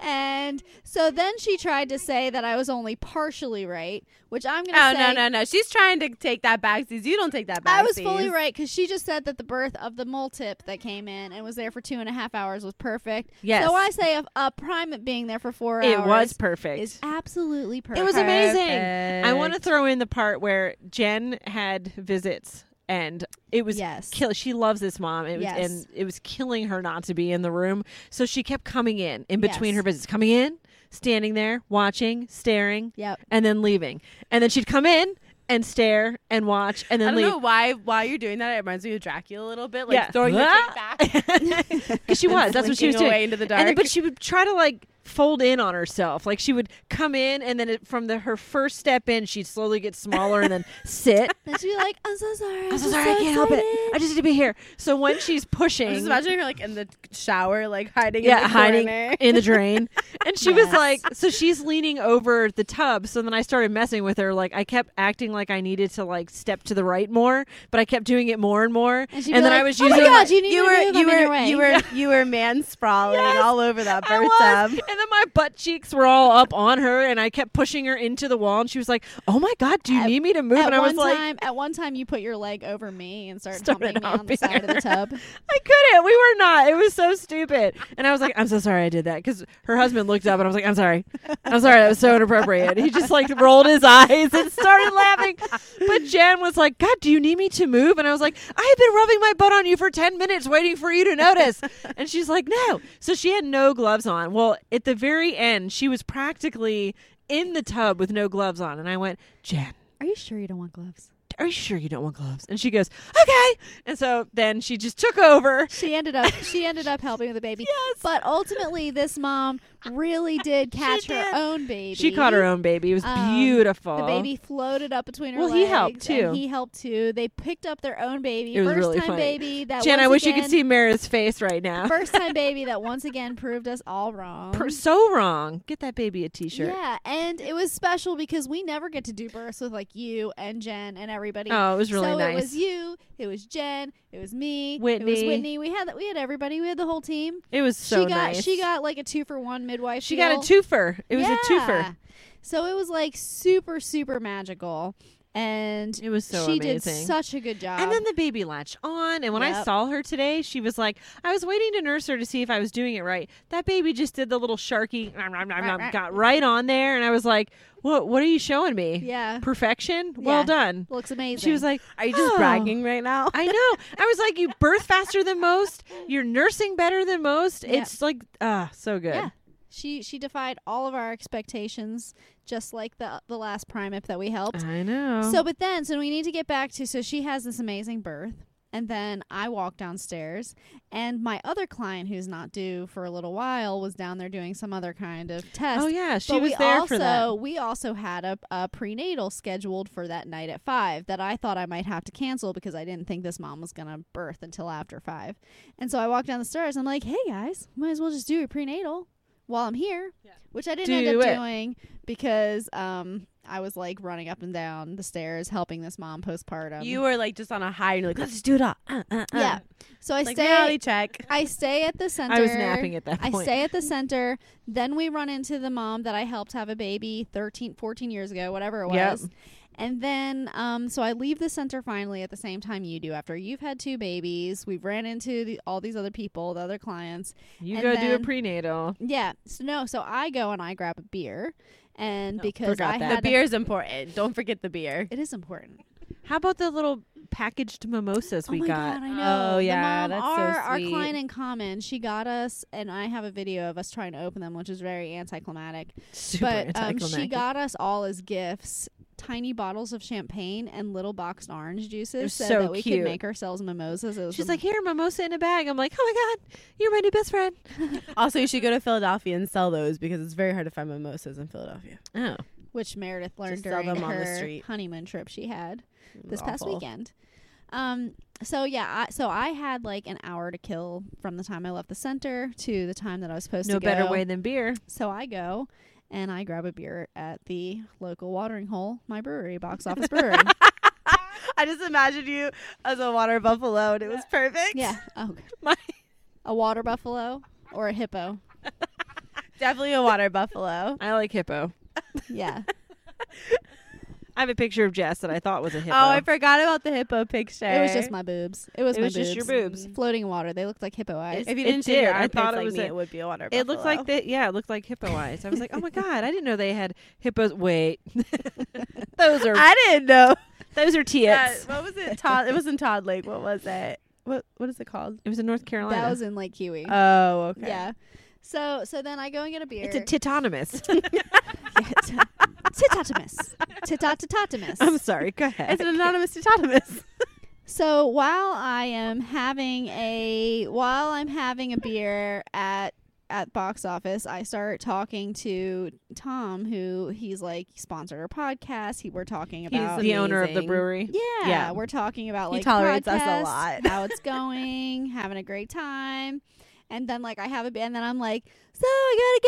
Speaker 1: and so then she tried to say that I was only partially right, which I'm gonna
Speaker 4: Oh
Speaker 1: say
Speaker 4: no no no! She's trying to take that back. Seas. You don't take that back.
Speaker 1: I was fully
Speaker 4: Seas.
Speaker 1: right because she just said that the birth of the mole tip that came in and was there for two and a half hours was perfect.
Speaker 3: Yes.
Speaker 1: So I say a, a primate being there [laughs] for four
Speaker 3: It
Speaker 1: hours
Speaker 3: was perfect.
Speaker 1: is absolutely perfect.
Speaker 3: was amazing. I want to
Speaker 4: Perfect.
Speaker 3: throw in the part where Jen had visits and it was
Speaker 1: Yes.
Speaker 3: kill she loves this mom it was,
Speaker 1: Yes.
Speaker 3: and it was killing her not to be in the room so she kept coming in in between
Speaker 1: Yes.
Speaker 3: her visits coming in standing there watching staring
Speaker 1: Yep.
Speaker 3: and then leaving and then she'd come in and stare and watch and
Speaker 4: I
Speaker 3: then
Speaker 4: don't
Speaker 3: leave [laughs]
Speaker 4: know why. While you're doing that, it reminds me of Dracula a little bit. Like
Speaker 3: Yeah.
Speaker 4: throwing the
Speaker 3: Ah.
Speaker 4: thing [laughs] back.
Speaker 1: [laughs]
Speaker 3: because she
Speaker 4: and
Speaker 3: was that's what she was
Speaker 4: slinking
Speaker 3: doing
Speaker 4: away into the dark.
Speaker 3: And then, but she would try to like fold in on herself. Like she would come in, and then it, from the her first step in, she'd slowly get smaller and then sit.
Speaker 1: Then she'd be like, I'm so sorry.
Speaker 3: I'm so sorry, I can't help it. I just need to be here. So when she's pushing,
Speaker 4: I'm just imagining her like in the shower, like hiding. in
Speaker 3: yeah,
Speaker 4: the
Speaker 3: hiding
Speaker 4: corner.
Speaker 3: in the drain, and she was
Speaker 1: Yes.
Speaker 3: like, so she's leaning over the tub. So then I started messing with her. Like I kept acting like I needed to like step to the right more, but I kept doing it more and more.
Speaker 1: And, she'd be
Speaker 3: and then
Speaker 1: like,
Speaker 3: I was
Speaker 1: oh
Speaker 3: using
Speaker 1: my God, you need
Speaker 4: you
Speaker 1: to
Speaker 4: were
Speaker 1: move.
Speaker 4: you
Speaker 1: I'm in your
Speaker 4: were
Speaker 1: way.
Speaker 4: you
Speaker 1: [laughs]
Speaker 4: were you were man sprawling
Speaker 3: Yes,
Speaker 4: all over that
Speaker 3: I
Speaker 4: birth
Speaker 3: was.
Speaker 4: tub.
Speaker 3: And then my butt cheeks were all up on her, and I kept pushing her into the wall. And she was like, "Oh my god, do you
Speaker 1: At-
Speaker 3: need me to move?"
Speaker 1: At
Speaker 3: and I was
Speaker 1: one
Speaker 3: like,
Speaker 1: time, at one time, you put your leg over me and started, humping
Speaker 3: Started
Speaker 1: me on the
Speaker 3: humping
Speaker 1: side of the
Speaker 3: [laughs]
Speaker 1: tub.
Speaker 3: "I couldn't. We were not. It was so stupid." And I was like, "I'm so sorry, I did that." Because her husband looked up, and I was like, "I'm sorry. I'm sorry. That was so inappropriate." He just like rolled his eyes and started laughing. But Jen was like, "God, do you need me to move?" And I was like, "I have been rubbing my butt on you for ten minutes, waiting for you to notice." and she's like, "No." So she had no gloves on. Well, at the very end, she was practically in the tub with no gloves on, and I went, "Jen."
Speaker 1: Are you sure you don't want gloves?
Speaker 3: are you sure you don't want gloves? And she goes, okay. And so then she just took over.
Speaker 1: She ended up she ended up helping with the baby.
Speaker 3: [laughs] Yes.
Speaker 1: But ultimately, this mom really did catch her
Speaker 3: did.
Speaker 1: own baby.
Speaker 3: She caught her own baby. It was
Speaker 1: Um,
Speaker 3: beautiful.
Speaker 1: The baby floated up between her
Speaker 3: Well,
Speaker 1: legs.
Speaker 3: he helped,
Speaker 1: and
Speaker 3: too.
Speaker 1: he helped too. They picked up their own baby.
Speaker 3: It was
Speaker 1: first
Speaker 3: really
Speaker 1: time
Speaker 3: funny.
Speaker 1: baby that
Speaker 3: Jen, I
Speaker 1: once
Speaker 3: wish you
Speaker 1: again-
Speaker 3: could see Mara's face right now.
Speaker 1: first
Speaker 3: [laughs]
Speaker 1: time baby that once again proved us all wrong.
Speaker 3: Per- so wrong. Get that baby a t-shirt.
Speaker 1: Yeah, and it was special because we never get to do births with like you and Jen and everybody.
Speaker 3: Oh, it was really
Speaker 1: so
Speaker 3: nice.
Speaker 1: it was you, it was Jen, it was me, it was
Speaker 3: Whitney.
Speaker 1: Whitney. We had we had everybody. We had the whole team.
Speaker 3: It was so
Speaker 1: she got
Speaker 3: nice.
Speaker 1: she got like a two for one midwife.
Speaker 3: She got a
Speaker 1: deal.
Speaker 3: twofer. It was
Speaker 1: yeah.
Speaker 3: a twofer.
Speaker 1: So it was like super super magical, and
Speaker 3: It was so
Speaker 1: she
Speaker 3: amazing.
Speaker 1: did such a good job.
Speaker 3: and then the baby latched on. And when I
Speaker 1: Yep.
Speaker 3: saw her today, she was like, I was waiting to nurse her to see if I was doing it right. That baby just did the little sharky, nom, nom, nom, nom,
Speaker 1: right.
Speaker 3: got right on there. And I was like, what, what are you showing me?
Speaker 1: yeah,
Speaker 3: Perfection?
Speaker 1: Yeah.
Speaker 3: Well done.
Speaker 1: looks amazing.
Speaker 3: She was like,
Speaker 4: Are you just
Speaker 3: "Oh."
Speaker 4: [gasps] bragging right now?
Speaker 3: I know. I was like, you birth faster than most. You're nursing better than most.
Speaker 1: Yeah.
Speaker 3: It's like, ah, so good.
Speaker 1: Yeah. She she defied all of our expectations, just like the the last primate that we helped.
Speaker 3: I know.
Speaker 1: So, but then, so we need to get back to. So she has this amazing birth, and then I walk downstairs, and my other client, who's not due for a little while, was down there doing some other kind of test.
Speaker 3: oh yeah, she
Speaker 1: but
Speaker 3: was
Speaker 1: we
Speaker 3: there
Speaker 1: also
Speaker 3: for that.
Speaker 1: we also had a, a prenatal scheduled for that night at five that I thought I might have to cancel because I didn't think this mom was gonna birth until after five, and so I walked down the stairs. I'm like, hey guys, might as well just do a prenatal while I'm here, which I didn't end
Speaker 3: Do
Speaker 1: up
Speaker 3: it.
Speaker 1: doing because um I was like running up and down the stairs helping this mom postpartum.
Speaker 4: You were like just on a high. and You're like, let's just do it all. Uh, uh, uh.
Speaker 1: yeah. So I
Speaker 4: Like
Speaker 1: stay.
Speaker 4: reality check.
Speaker 1: I stay at the center.
Speaker 3: I was napping at that
Speaker 1: I
Speaker 3: point.
Speaker 1: stay at the center. Then we run into the mom that I helped have a baby 13, 14 years ago, whatever it
Speaker 3: Yep.
Speaker 1: was. And then, um, so I leave the center finally at the same time you do after you've had two babies. We've ran into the, all these other people, the other clients.
Speaker 3: you
Speaker 1: and
Speaker 3: go do a
Speaker 1: then-
Speaker 3: prenatal.
Speaker 1: Yeah. So, no, so I go and I grab a beer. And because
Speaker 3: forgot
Speaker 1: I
Speaker 3: that.
Speaker 1: had
Speaker 4: The
Speaker 1: a-
Speaker 4: beer is important. Don't forget the beer.
Speaker 1: it is important.
Speaker 3: How about the little packaged mimosas we
Speaker 1: oh my
Speaker 3: got?
Speaker 1: God, I know.
Speaker 4: Oh,
Speaker 1: the
Speaker 4: yeah,
Speaker 1: mom,
Speaker 4: that's so
Speaker 1: our, our
Speaker 4: sweet.
Speaker 1: client in common, she got us, and I have a video of us trying to open them, which is very anticlimactic.
Speaker 3: [laughs] Super
Speaker 1: but um, she
Speaker 3: anticlimactic.
Speaker 1: got us all as gifts tiny bottles of champagne and little boxed orange juices
Speaker 3: was
Speaker 1: so,
Speaker 3: so
Speaker 1: that we
Speaker 3: cute.
Speaker 1: could make ourselves mimosas. It was
Speaker 3: She's
Speaker 1: the-
Speaker 3: like, here, mimosa in a bag. I'm like, oh my god, you're my new best friend.
Speaker 4: Also, you should go to Philadelphia and sell those because it's very hard to find mimosas in Philadelphia.
Speaker 3: Oh,
Speaker 1: which Meredith learned
Speaker 4: sell
Speaker 1: during
Speaker 4: them on the
Speaker 1: her
Speaker 4: street.
Speaker 1: honeymoon trip she had this past
Speaker 4: Awful.
Speaker 1: weekend. Um. So yeah. I, so I had like an hour to kill from the time I left the center to the time that I was supposed
Speaker 3: No
Speaker 1: to go.
Speaker 3: better way than beer.
Speaker 1: So I go and I grab a beer at the local watering hole, my brewery, box office
Speaker 3: [laughs]
Speaker 1: brewery.
Speaker 2: I just imagined you as a water buffalo, and it was perfect.
Speaker 1: yeah. Oh. g-
Speaker 3: My-
Speaker 1: a water buffalo or a hippo.
Speaker 2: definitely a water
Speaker 3: [laughs]
Speaker 4: Oh,
Speaker 2: buffalo.
Speaker 3: I like hippo.
Speaker 1: Yeah.
Speaker 3: I have a picture of Jess that I thought was a hippo.
Speaker 2: Oh, I forgot about the hippo picture.
Speaker 1: It was just my boobs. It was
Speaker 3: It
Speaker 1: my
Speaker 3: was
Speaker 1: boobs.
Speaker 3: just your boobs.
Speaker 1: Floating in water. They looked like hippo eyes.
Speaker 4: If you
Speaker 3: It
Speaker 4: didn't shave your
Speaker 3: did. I
Speaker 4: armpits
Speaker 3: thought it
Speaker 4: like
Speaker 3: was
Speaker 4: me,
Speaker 3: a-
Speaker 4: it would be a water.
Speaker 3: it looked
Speaker 4: buffalo.
Speaker 3: like that. Yeah, it looked like hippo eyes. I was like, oh
Speaker 4: [laughs]
Speaker 3: my god, I didn't know they had hippos. Wait, [laughs] those are
Speaker 2: I didn't know.
Speaker 3: those are tits.
Speaker 4: Yeah, what was it? Todd. It wasn't Todd Lake. What was it? What What is it called?
Speaker 3: It was in North Carolina.
Speaker 1: that was in Lake Kiwi.
Speaker 4: Oh, okay.
Speaker 1: Yeah. So so then I go and get a beer. [laughs]
Speaker 3: it's a titonimus.
Speaker 4: [laughs]
Speaker 1: Titatotimus.
Speaker 3: I'm [laughs]
Speaker 1: Titatotimus.
Speaker 3: sorry. Go ahead.
Speaker 4: It's an anonymous autonomous.
Speaker 1: So while I am having a while I'm having a beer at at box office, I start talking to Tom, who he's like sponsored our podcast. He we're talking
Speaker 3: He's
Speaker 1: about
Speaker 3: the owner of the
Speaker 2: amazing.
Speaker 3: brewery.
Speaker 1: yeah,
Speaker 3: Yeah.
Speaker 1: we're talking about
Speaker 4: He
Speaker 1: like
Speaker 4: tolerates us a
Speaker 1: podcasts,
Speaker 4: lot.
Speaker 1: how it's going, [laughs] having a great time. And then like I have a be- and then I'm like, so I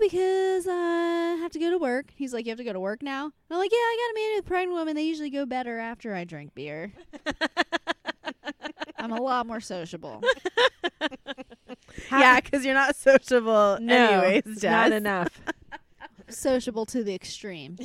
Speaker 1: gotta go because I have to go to work. He's like, you have to go to work now. And I'm like, yeah, I gotta meet with pregnant women. They usually go better after I drink
Speaker 4: [laughs]
Speaker 1: beer. I'm a lot more sociable.
Speaker 4: yeah, because you're not [laughs] sociable,
Speaker 3: No,
Speaker 4: anyways.
Speaker 3: it's
Speaker 4: Jess.
Speaker 3: not enough.
Speaker 1: sociable to the
Speaker 3: [laughs]
Speaker 1: extreme.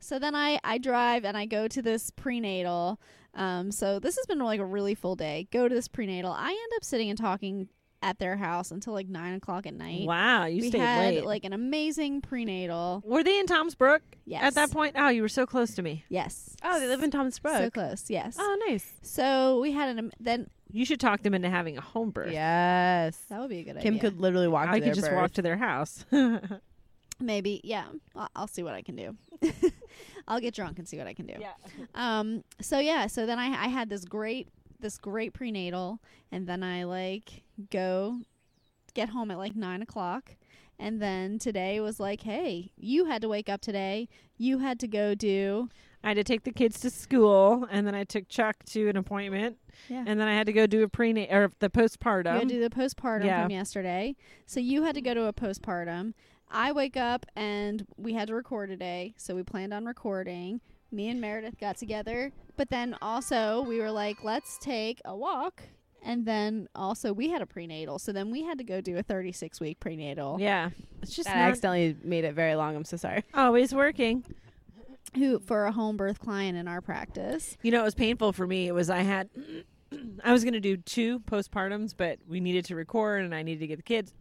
Speaker 1: so then I, I drive and I go to this prenatal. Um, so this has been like a really full day. Go to this prenatal. I end up sitting and talking at their house until like nine o'clock at night.
Speaker 3: Wow, you
Speaker 1: we
Speaker 3: stayed
Speaker 1: had
Speaker 3: late.
Speaker 1: like an amazing prenatal.
Speaker 3: were they in Tom's Brook
Speaker 1: Yes.
Speaker 3: at that point? Oh, you were so close to me.
Speaker 1: Yes.
Speaker 4: Oh, they live in Tom's Brook.
Speaker 1: So close. Yes.
Speaker 3: Oh, nice.
Speaker 1: so we had an am- then
Speaker 3: You should talk them into having a home birth.
Speaker 4: yes.
Speaker 1: that would be a good
Speaker 4: Kim
Speaker 1: idea.
Speaker 4: could literally walk.
Speaker 3: I
Speaker 4: to
Speaker 3: could
Speaker 4: their
Speaker 3: just
Speaker 4: birth.
Speaker 3: walk to their house. [laughs] yeah.
Speaker 1: Maybe. Yeah. I'll, I'll see what I can do. [laughs] I'll get drunk and see what I can do. um so yeah so then i i had this great this great prenatal and then i like go get home at like nine o'clock and then today was like hey you had to wake up today you had to go do
Speaker 3: I had to take the kids to school, and then I took Chuck to an appointment,
Speaker 1: Yeah.
Speaker 3: and then I had to go do a prenatal or the
Speaker 1: you had
Speaker 3: postpartum.
Speaker 1: to do the postpartum
Speaker 3: Yeah.
Speaker 1: from yesterday so you had to go to a postpartum i wake up and we had to record today so we planned on recording me and meredith got together but then also we were like let's take a walk and then also we had a prenatal so then we had to go do a 36 week prenatal
Speaker 3: yeah, it's just
Speaker 4: That
Speaker 3: not
Speaker 4: accidentally made it very long. I'm so sorry.
Speaker 3: always working.
Speaker 1: who for a home birth client in our practice
Speaker 3: You know, it was painful for me. It was I had [clears throat] I was going to do two postpartums, but we needed to record, and I needed to get the kids.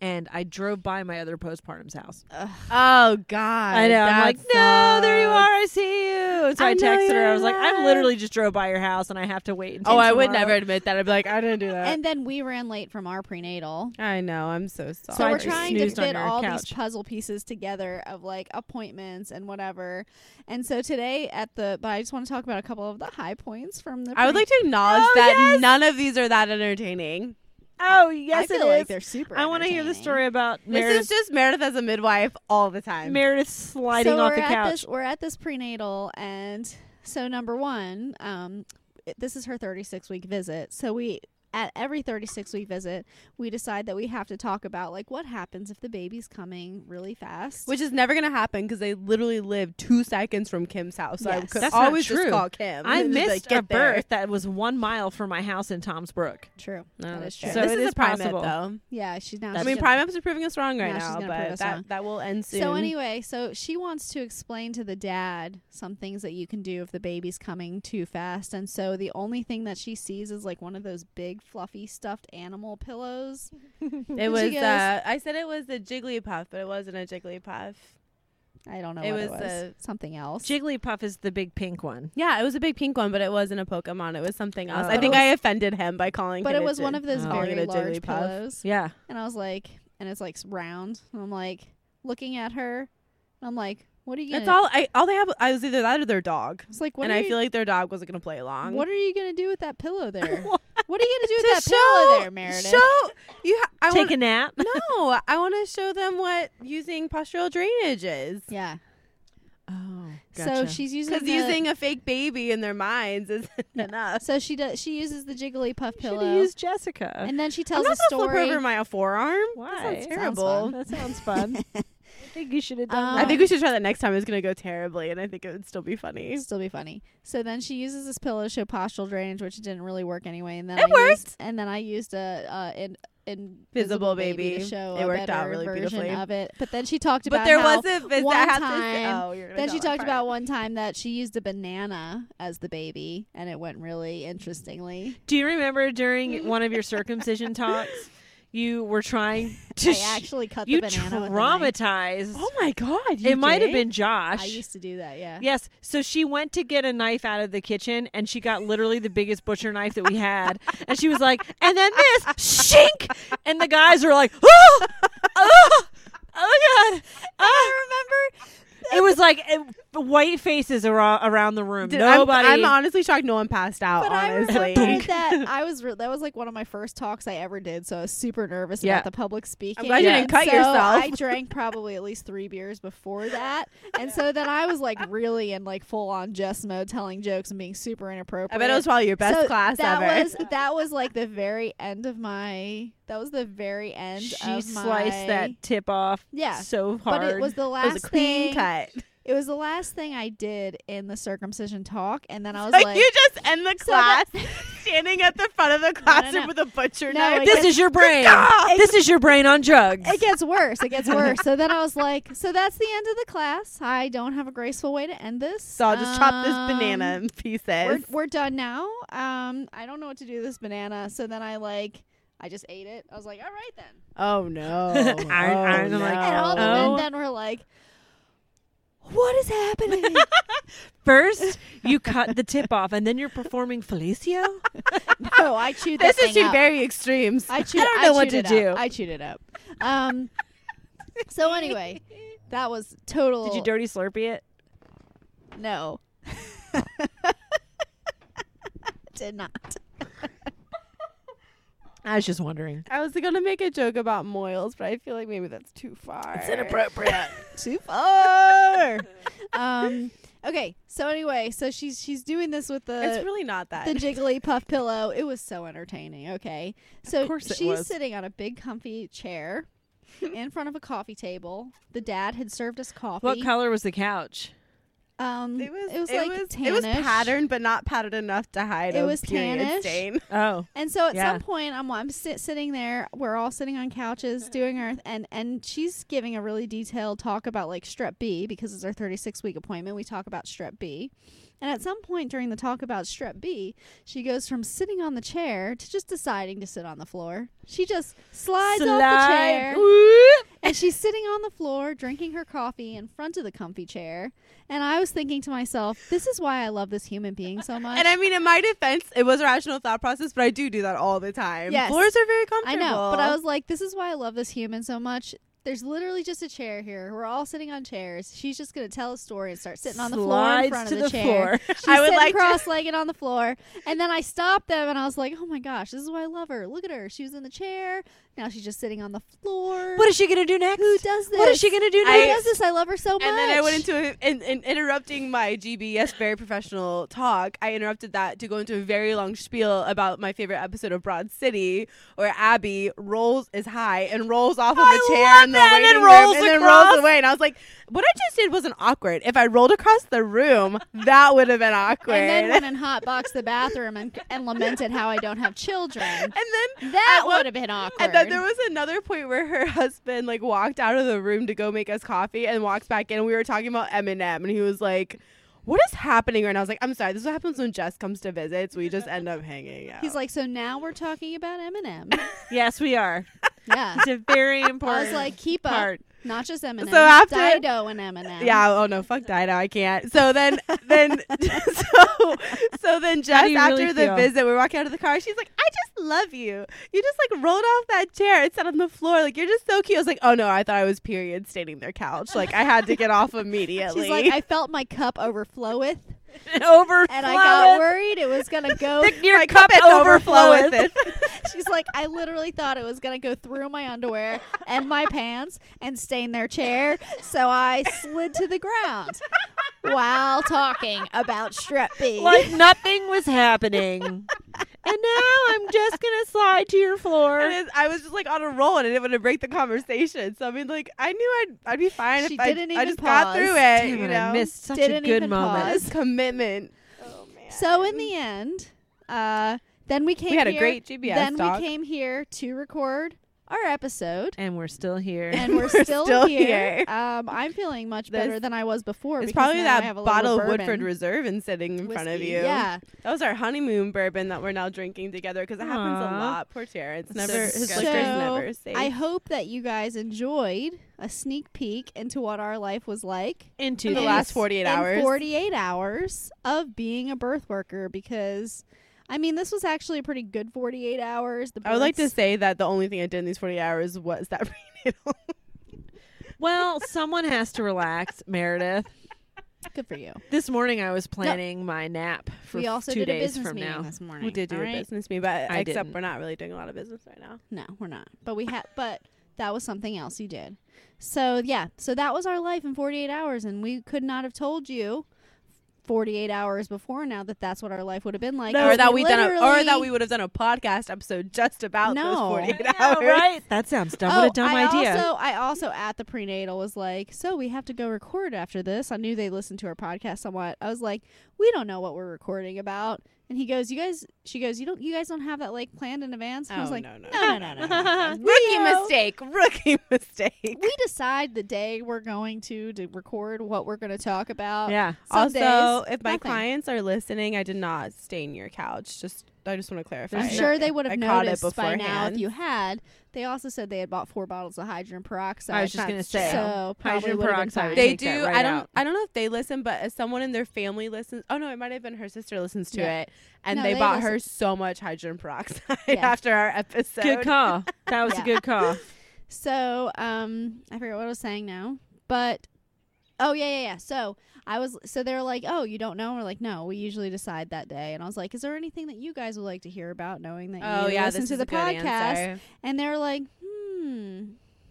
Speaker 3: And I drove by my other postpartum's house.
Speaker 4: [laughs] Oh God.
Speaker 3: I know. I'm
Speaker 4: that
Speaker 3: like, no, there you
Speaker 4: sucks."
Speaker 3: are. I see you. And so I,
Speaker 4: I know
Speaker 3: texted her. I
Speaker 4: you're
Speaker 3: was like, I
Speaker 4: alive."
Speaker 3: literally just drove by your house, and I have to wait. Until
Speaker 4: Oh, I would
Speaker 3: tomorrow."
Speaker 4: never admit that. I'd be like, I didn't do that.
Speaker 1: and then we ran late from our prenatal
Speaker 4: I know. I'm so sorry.
Speaker 1: So
Speaker 3: I
Speaker 1: we're
Speaker 3: just
Speaker 1: trying to
Speaker 3: snoozed on
Speaker 1: fit
Speaker 3: your
Speaker 1: all
Speaker 3: couch.
Speaker 1: these puzzle pieces together of like appointments and whatever. And so today at the, but I just want to talk about a couple of the high points from the.
Speaker 4: I would
Speaker 1: pre-
Speaker 4: like to acknowledge
Speaker 3: Oh,
Speaker 4: that
Speaker 3: yes.
Speaker 4: none of these are that entertaining.
Speaker 3: Oh,
Speaker 1: I
Speaker 3: yes, it
Speaker 1: feel like
Speaker 3: is.
Speaker 1: they're super.
Speaker 3: I want to hear the
Speaker 1: entertaining.
Speaker 3: story about
Speaker 4: This is
Speaker 3: Meredith.
Speaker 4: just Meredith as a midwife all the time.
Speaker 3: Meredith sliding
Speaker 1: so
Speaker 3: off
Speaker 1: we're
Speaker 3: the
Speaker 1: at
Speaker 3: couch.
Speaker 1: This, we're at this prenatal, and so number one, um, it- this is her 36 week visit. So we. At every 36 week visit, we decide that we have to talk about like what happens if the baby's coming really fast.
Speaker 4: which is never gonna happen because they literally live two seconds from Kim's house. So I
Speaker 1: Yes.
Speaker 4: could
Speaker 3: That's not
Speaker 4: always just
Speaker 3: true.
Speaker 4: call Kim.
Speaker 3: I
Speaker 4: and just be like,
Speaker 3: missed a
Speaker 4: "Get there."
Speaker 3: birth that was one mile from my house in Tom's Brook.
Speaker 1: true.
Speaker 4: No,
Speaker 1: that is
Speaker 4: that's
Speaker 1: true.
Speaker 4: fair.
Speaker 3: So
Speaker 4: this
Speaker 3: it
Speaker 4: is
Speaker 3: is
Speaker 4: a prime
Speaker 3: possible.
Speaker 4: though.
Speaker 1: yeah, she's now.
Speaker 3: I
Speaker 4: I
Speaker 1: she's
Speaker 4: mean,
Speaker 1: gonna-
Speaker 4: prime ups are proving us wrong right
Speaker 1: Now she's
Speaker 4: now,
Speaker 1: gonna prove
Speaker 4: but
Speaker 1: us wrong.
Speaker 4: that, that will end soon.
Speaker 1: So anyway, so she wants to explain to the dad some things that you can do if the baby's coming too fast, and so the only thing that she sees is like one of those big fluffy stuffed animal pillows.
Speaker 4: it was.
Speaker 1: goes-
Speaker 4: uh, I said it was the Jigglypuff, but it wasn't a Jigglypuff.
Speaker 1: I don't know
Speaker 4: It
Speaker 1: what it
Speaker 4: was
Speaker 1: was.
Speaker 4: a-
Speaker 1: something else.
Speaker 3: Jigglypuff is the big pink one.
Speaker 4: Yeah, it was a big pink one, but it wasn't a Pokemon. It was something else.
Speaker 3: Oh.
Speaker 4: I
Speaker 1: But
Speaker 4: think
Speaker 1: it
Speaker 4: I offended him by calling.
Speaker 1: but
Speaker 4: him
Speaker 1: it
Speaker 4: a
Speaker 1: was
Speaker 4: jig-
Speaker 1: one of those
Speaker 3: Oh.
Speaker 4: calling it
Speaker 1: very
Speaker 4: a
Speaker 1: large
Speaker 4: Jigglypuff.
Speaker 1: pillows, [laughs]
Speaker 3: Yeah.
Speaker 1: and I was like, and it's like round, and I'm like looking at her, and I'm like, what are you?
Speaker 4: That's
Speaker 1: gonna-
Speaker 4: all. I all they have. I was either that or their dog,
Speaker 1: It's like what
Speaker 4: and
Speaker 1: are
Speaker 4: I
Speaker 1: you-
Speaker 4: feel like their dog wasn't gonna play along.
Speaker 1: what are you gonna do with that pillow
Speaker 3: [laughs]
Speaker 1: there?
Speaker 4: [laughs]
Speaker 3: What?
Speaker 1: what are you gonna do
Speaker 4: To
Speaker 1: with that pillow there, Meredith?
Speaker 4: Show you. Ha- I
Speaker 3: Take
Speaker 4: want
Speaker 1: [laughs]
Speaker 3: a nap.
Speaker 4: [laughs] no. I want to show them what using postural drainage is.
Speaker 1: yeah.
Speaker 3: Oh.
Speaker 1: So
Speaker 3: Gotcha.
Speaker 1: she's using
Speaker 4: Because
Speaker 1: the,
Speaker 4: using a fake baby in their minds [laughs] isn't enough.
Speaker 1: so she does she uses the Jigglypuff
Speaker 3: Should
Speaker 1: pillow,
Speaker 3: use Jessica.
Speaker 1: and then she
Speaker 4: I'm
Speaker 1: tells
Speaker 4: not
Speaker 1: a
Speaker 4: gonna flip
Speaker 1: story.
Speaker 4: over my forearm.
Speaker 3: Why?
Speaker 1: sounds
Speaker 4: terrible.
Speaker 1: fun.
Speaker 3: That sounds fun.
Speaker 1: [laughs]
Speaker 3: I think you should have done.
Speaker 1: Um,
Speaker 3: that.
Speaker 4: I think we should try that next time. It's gonna go terribly, and I think it would still be funny.
Speaker 1: Still be funny. So then she uses this pillow to show postural drainage, which didn't really work anyway. And then
Speaker 4: It
Speaker 1: I worked. Used, and then I used a uh, in, invisible baby,
Speaker 4: baby.
Speaker 1: to show
Speaker 4: It
Speaker 1: a
Speaker 4: worked out
Speaker 1: better
Speaker 4: really
Speaker 1: version
Speaker 4: beautifully.
Speaker 1: of it. But then she talked about
Speaker 4: But there
Speaker 1: how
Speaker 4: was a visit.
Speaker 1: one
Speaker 4: I have
Speaker 1: time-
Speaker 4: to say, oh, you're gonna
Speaker 1: then
Speaker 4: tell
Speaker 1: she
Speaker 4: that
Speaker 1: talked
Speaker 4: part.
Speaker 1: about one time that she used a banana as the baby, and it went really interestingly.
Speaker 3: Do you
Speaker 1: [laughs]
Speaker 3: remember during one of your circumcision talks, you were trying to sh-
Speaker 1: I actually cut
Speaker 3: you
Speaker 1: the banana with a knife.
Speaker 3: traumatized.
Speaker 4: Oh my god! you
Speaker 3: it might have
Speaker 4: did?
Speaker 3: been Josh.
Speaker 1: I used to do that, yeah.
Speaker 3: Yes. So she went to get a knife out of the kitchen and she got literally the biggest butcher knife that we had. And she was like, and then this, shink! And the guys were like, oh, oh, oh God. I remember. It was like uh, white faces ar- around the room.
Speaker 4: Did- I'm-
Speaker 3: Nobody.
Speaker 4: I'm, honestly shocked. No one passed out.
Speaker 1: But I
Speaker 4: honestly,
Speaker 1: remember that
Speaker 4: [laughs]
Speaker 1: I was re- that was like one of my first talks I ever did, so I was super nervous
Speaker 3: Yeah.
Speaker 1: about the public speaking.
Speaker 4: glad
Speaker 3: you
Speaker 1: And
Speaker 4: didn't cut
Speaker 1: so
Speaker 4: yourself.
Speaker 1: I drank probably at least three beers before that,
Speaker 4: [laughs]
Speaker 1: and so then I was like really in like full on Jess mode, telling jokes and being super inappropriate.
Speaker 4: I bet it was probably your best
Speaker 1: So
Speaker 4: class
Speaker 1: that
Speaker 4: ever. [laughs]
Speaker 1: was that was like the very end of my. That was the very end.
Speaker 3: she
Speaker 1: of
Speaker 3: sliced
Speaker 1: my-
Speaker 3: that tip off
Speaker 1: Yeah,
Speaker 3: so hard.
Speaker 1: but it was the
Speaker 4: it
Speaker 1: last
Speaker 4: was a
Speaker 1: thing.
Speaker 4: clean cut.
Speaker 1: It was the last thing I did in the circumcision talk, and then I was
Speaker 4: [laughs] Like,
Speaker 1: like,
Speaker 4: you just end the
Speaker 1: So
Speaker 4: class [laughs]
Speaker 1: that-
Speaker 4: standing at the front of the classroom
Speaker 1: no.
Speaker 4: with a butcher
Speaker 1: No,
Speaker 4: knife.
Speaker 1: it
Speaker 3: this is your brain. This is your brain on drugs.
Speaker 1: it gets worse. It gets worse. So then I
Speaker 3: [laughs]
Speaker 1: was like, so that's the end of the class. I don't have a graceful way to end this.
Speaker 4: so I'll just chop this
Speaker 1: Um,
Speaker 4: banana in pieces.
Speaker 1: We're, we're done now. Um, I don't know what to do with this banana. So then I like, I just ate it. I was like, all right then.
Speaker 4: oh [laughs] no!
Speaker 3: Iron- iron, I'm like,
Speaker 1: And all of a
Speaker 3: Oh.
Speaker 1: sudden, then we're like, what is
Speaker 3: [laughs]
Speaker 1: happening?
Speaker 3: First, you cut the tip off, and then you're performing Felicio.
Speaker 1: no, I chewed
Speaker 4: this
Speaker 1: that
Speaker 4: is
Speaker 1: thing
Speaker 4: two
Speaker 1: up.
Speaker 4: very extremes.
Speaker 1: I, chewed,
Speaker 3: I don't know what
Speaker 1: chewed
Speaker 3: to
Speaker 1: it up.
Speaker 3: do.
Speaker 1: I chewed it up. Um, so anyway, that was total.
Speaker 3: Did you dirty slurpy it?
Speaker 1: No. [laughs] Did not.
Speaker 3: I was just wondering.
Speaker 4: I was gonna make a joke about moils, but I feel like maybe that's too far. It's [laughs]
Speaker 3: Inappropriate.
Speaker 1: Too far. um. Okay. So anyway, so she's she's doing this with the
Speaker 4: It's really not that.
Speaker 1: the jiggly puff pillow. It was so entertaining. Okay. So
Speaker 3: course it
Speaker 1: she's
Speaker 3: was.
Speaker 1: sitting on a big comfy chair in front of a coffee table. The dad had served us coffee.
Speaker 3: What color was the couch?
Speaker 1: um.
Speaker 4: It was.
Speaker 1: like tannish.
Speaker 4: It was patterned, but not patterned enough to hide.
Speaker 1: It
Speaker 4: a
Speaker 1: was
Speaker 4: period
Speaker 1: tannish.
Speaker 4: Stain.
Speaker 3: Oh,
Speaker 1: And so at
Speaker 3: Yeah.
Speaker 1: some point, I'm I'm sit, sitting there. We're all sitting on couches doing our and and she's giving a really detailed talk about like Strep B because it's our 36 week appointment. We talk about Strep B, and at some point during the talk about Strep B, she goes from sitting on the chair to just deciding to sit on the floor. She just slides off the chair
Speaker 3: [laughs]
Speaker 1: and she's sitting on the floor drinking her coffee in front of the comfy chair. And I was thinking to myself, this is why I love this human being so much.
Speaker 4: And I mean, in my defense, it was a rational thought process, but I do do that all the time.
Speaker 1: Yes.
Speaker 4: Floors are very
Speaker 1: I
Speaker 4: comfortable.
Speaker 1: know, but I was like, this is why I love this human so much. There's literally just a chair here. We're all sitting on chairs. She's just gonna tell a story and start sitting on the floor in
Speaker 3: Slides
Speaker 1: front
Speaker 3: to
Speaker 1: of the,
Speaker 3: the
Speaker 1: chair.
Speaker 4: [laughs]
Speaker 3: floor.
Speaker 1: She's
Speaker 4: I would
Speaker 1: sitting
Speaker 4: like
Speaker 3: [laughs]
Speaker 4: to-
Speaker 1: cross-legged on the floor, and then I stopped them and I was like, oh my gosh, this is why I love her. Look at her. She was in the chair. Now she's just sitting on the floor.
Speaker 3: What is she gonna do next?
Speaker 1: Who does this?
Speaker 3: What is she gonna do
Speaker 1: Who
Speaker 3: next?
Speaker 1: does this? I love her so much.
Speaker 4: And then I went into a, in, in interrupting my GBS very professional talk. I interrupted that to go into a very long spiel about my favorite episode of Broad City, where Abby rolls is high and rolls off of a
Speaker 3: I
Speaker 4: chair
Speaker 3: love
Speaker 4: in the
Speaker 3: that, and
Speaker 4: waiting
Speaker 3: then
Speaker 4: room
Speaker 3: rolls
Speaker 4: and then
Speaker 3: across.
Speaker 4: rolls away. And I was like, "What I just did wasn't awkward. If I rolled across the room, that would have been awkward."
Speaker 1: and then went and hotboxed the bathroom and, and lamented how I don't have
Speaker 4: [laughs]
Speaker 1: children.
Speaker 4: [laughs] And then
Speaker 1: That
Speaker 4: at one-
Speaker 1: would have been awkward.
Speaker 4: And then there was another point where her [laughs] husband like walked out of the room to go make us coffee and walks back in. We were talking about Eminem, and he was like, "What is happening right now?" I was like, "I'm sorry, this is what happens when Jess comes to visit. So we just end up hanging out."
Speaker 1: He's like, so now we're talking about Eminem.
Speaker 3: Yes, we are.
Speaker 4: [laughs]
Speaker 1: Yeah.
Speaker 3: It's a very
Speaker 1: [laughs]
Speaker 3: important.
Speaker 1: I was
Speaker 3: [laughs]
Speaker 1: like, keep up,
Speaker 3: part.
Speaker 1: not just Eminem.
Speaker 4: So after-
Speaker 1: Dido and Eminem.
Speaker 4: "Yeah, oh no, fuck Dido, I can't." So then, then, [laughs] so, so then, Jess
Speaker 3: do you
Speaker 4: after
Speaker 3: really
Speaker 4: the
Speaker 3: feel?
Speaker 4: visit, we're walking out of the car. She's like, "I just love you. You just like rolled off that chair and sat on the floor. Like you're just so cute." I was like, "Oh no, I thought I was period standing their couch. Like I had to get off immediately."
Speaker 1: She's like, I felt my cup overfloweth,
Speaker 3: over.
Speaker 1: and I got worried it was gonna
Speaker 4: [laughs]
Speaker 1: go.
Speaker 3: Your
Speaker 4: My
Speaker 3: cup,
Speaker 4: cup is overflow
Speaker 3: overfloweth.
Speaker 4: with it.
Speaker 1: [laughs]
Speaker 3: [laughs]
Speaker 1: She's like, I literally thought it was gonna go through my underwear and my pants and stain their chair, so I slid to the ground. while talking about
Speaker 4: [laughs]
Speaker 1: strep B.
Speaker 3: like nothing was happening. and now I'm just gonna slide to your floor.
Speaker 4: And it- I was just like on a roll and I didn't want to break the conversation. So I mean, like I knew I'd I'd be fine
Speaker 1: She
Speaker 4: if I,
Speaker 1: didn't
Speaker 4: I
Speaker 1: even
Speaker 4: just
Speaker 1: pause.
Speaker 4: got through it.
Speaker 3: Damn
Speaker 4: you
Speaker 3: it,
Speaker 4: know,
Speaker 3: I missed such a
Speaker 1: Didn't
Speaker 3: good
Speaker 1: even
Speaker 3: moment.
Speaker 1: pause.
Speaker 4: It's commitment. Oh man.
Speaker 1: So in the end, uh, then we came.
Speaker 4: we had
Speaker 1: here-
Speaker 4: a great GBS
Speaker 1: Then
Speaker 4: talk.
Speaker 1: we came here to record our episode.
Speaker 3: And we're still here.
Speaker 1: [laughs] And we're,
Speaker 4: [laughs] We're
Speaker 1: still,
Speaker 4: still
Speaker 1: here.
Speaker 4: here.
Speaker 1: Um, I'm feeling much
Speaker 4: This-
Speaker 1: better than I was before.
Speaker 4: it's
Speaker 1: because
Speaker 4: probably
Speaker 1: now I
Speaker 4: that
Speaker 1: have a little
Speaker 4: bottle of
Speaker 1: bourbon
Speaker 4: Woodford Reserve and sitting in front of
Speaker 1: whiskey.
Speaker 4: you.
Speaker 1: Yeah,
Speaker 4: That was our honeymoon bourbon that we're now drinking together because it happens a
Speaker 3: Aw.
Speaker 4: lot. Poor Terrence.
Speaker 3: So
Speaker 4: Never, his
Speaker 3: disgusting.
Speaker 4: liquor's
Speaker 1: So,
Speaker 4: never safe.
Speaker 1: I hope that you guys enjoyed a sneak peek into what our life was like
Speaker 3: Into
Speaker 4: In the
Speaker 1: in-
Speaker 4: last 48
Speaker 1: in
Speaker 4: hours.
Speaker 1: 48 hours of being a birth worker because I mean this was actually a pretty good 48 hours. The
Speaker 4: I would like to
Speaker 1: births-
Speaker 4: say that the only thing I did in these 40 hours was that [laughs] prenatal.
Speaker 3: Well, someone has to relax, Meredith.
Speaker 1: good for you.
Speaker 3: This morning I was planning my nap for
Speaker 1: we also
Speaker 3: two
Speaker 1: did a
Speaker 3: days
Speaker 1: business
Speaker 3: from
Speaker 1: meeting
Speaker 3: now.
Speaker 1: this morning.
Speaker 4: we did do
Speaker 1: all
Speaker 4: a
Speaker 1: right?
Speaker 4: business meeting, but
Speaker 3: I
Speaker 4: except
Speaker 3: didn't.
Speaker 4: we're not really doing a lot of business right now.
Speaker 1: No, we're not. But we had but that was something else you did. So yeah, so that was our life in 48 hours and we could not have told you 48 hours before now that that's what our life would have been like.
Speaker 4: or that we done a, or that
Speaker 1: literally-
Speaker 4: we would have done a podcast episode just about those
Speaker 1: No.
Speaker 4: 48
Speaker 3: I know,
Speaker 4: hours. [laughs] Oh,
Speaker 3: right? That sounds dumb. what a dumb
Speaker 1: Oh, I
Speaker 3: idea.
Speaker 1: Also, I also at the prenatal was like, so we have to go record after this. I knew they listened to our podcast somewhat. I was like, we don't know what we're recording about. And he goes, you guys. She goes, you don't. You guys don't have that like planned in advance. And I was
Speaker 4: Oh,
Speaker 1: like,
Speaker 4: no, no,
Speaker 1: no, no, no, no, no, no.
Speaker 4: Rookie
Speaker 1: We know-
Speaker 4: mistake. [laughs] Rookie mistake.
Speaker 1: We decide the day we're going to to record what we're going to talk about.
Speaker 3: [laughs] yeah.
Speaker 1: [laughs] Some
Speaker 4: also,
Speaker 1: days,
Speaker 4: if my
Speaker 1: nothing.
Speaker 4: clients are listening, I did not stain your couch. Just I just want to clarify.
Speaker 1: I'm sure they would have
Speaker 4: I caught it
Speaker 1: noticed by now if
Speaker 4: beforehand.
Speaker 1: you had. They also said they had bought four bottles of hydrogen peroxide.
Speaker 3: I was just
Speaker 4: that's
Speaker 3: gonna say
Speaker 1: so probably
Speaker 3: hydrogen
Speaker 1: would've been
Speaker 3: peroxide.
Speaker 1: fine.
Speaker 4: they
Speaker 3: take that
Speaker 4: do.
Speaker 3: right
Speaker 4: I don't.
Speaker 3: out.
Speaker 4: I don't know if they listen, but if someone in their family listens, oh no, it might have been her sister listens to
Speaker 1: Yeah.
Speaker 4: it, and
Speaker 1: No,
Speaker 4: they,
Speaker 1: they
Speaker 4: bought her so much hydrogen peroxide
Speaker 1: Yeah.
Speaker 4: [laughs] after our episode.
Speaker 3: Good
Speaker 4: [laughs]
Speaker 3: call. That was
Speaker 1: Yeah.
Speaker 3: a good call.
Speaker 1: So, um, I forget what I was saying now, but oh yeah, yeah, yeah. So I was, so they're like, oh, you don't know? And we're like, no, we usually decide that day. And I was like, is there anything that you guys would like to hear about, knowing that
Speaker 4: Oh
Speaker 1: you
Speaker 4: yeah,
Speaker 1: listen
Speaker 4: this
Speaker 1: to
Speaker 4: is
Speaker 1: the
Speaker 4: a good
Speaker 1: podcast?
Speaker 4: answer.
Speaker 1: And they're like, hmm,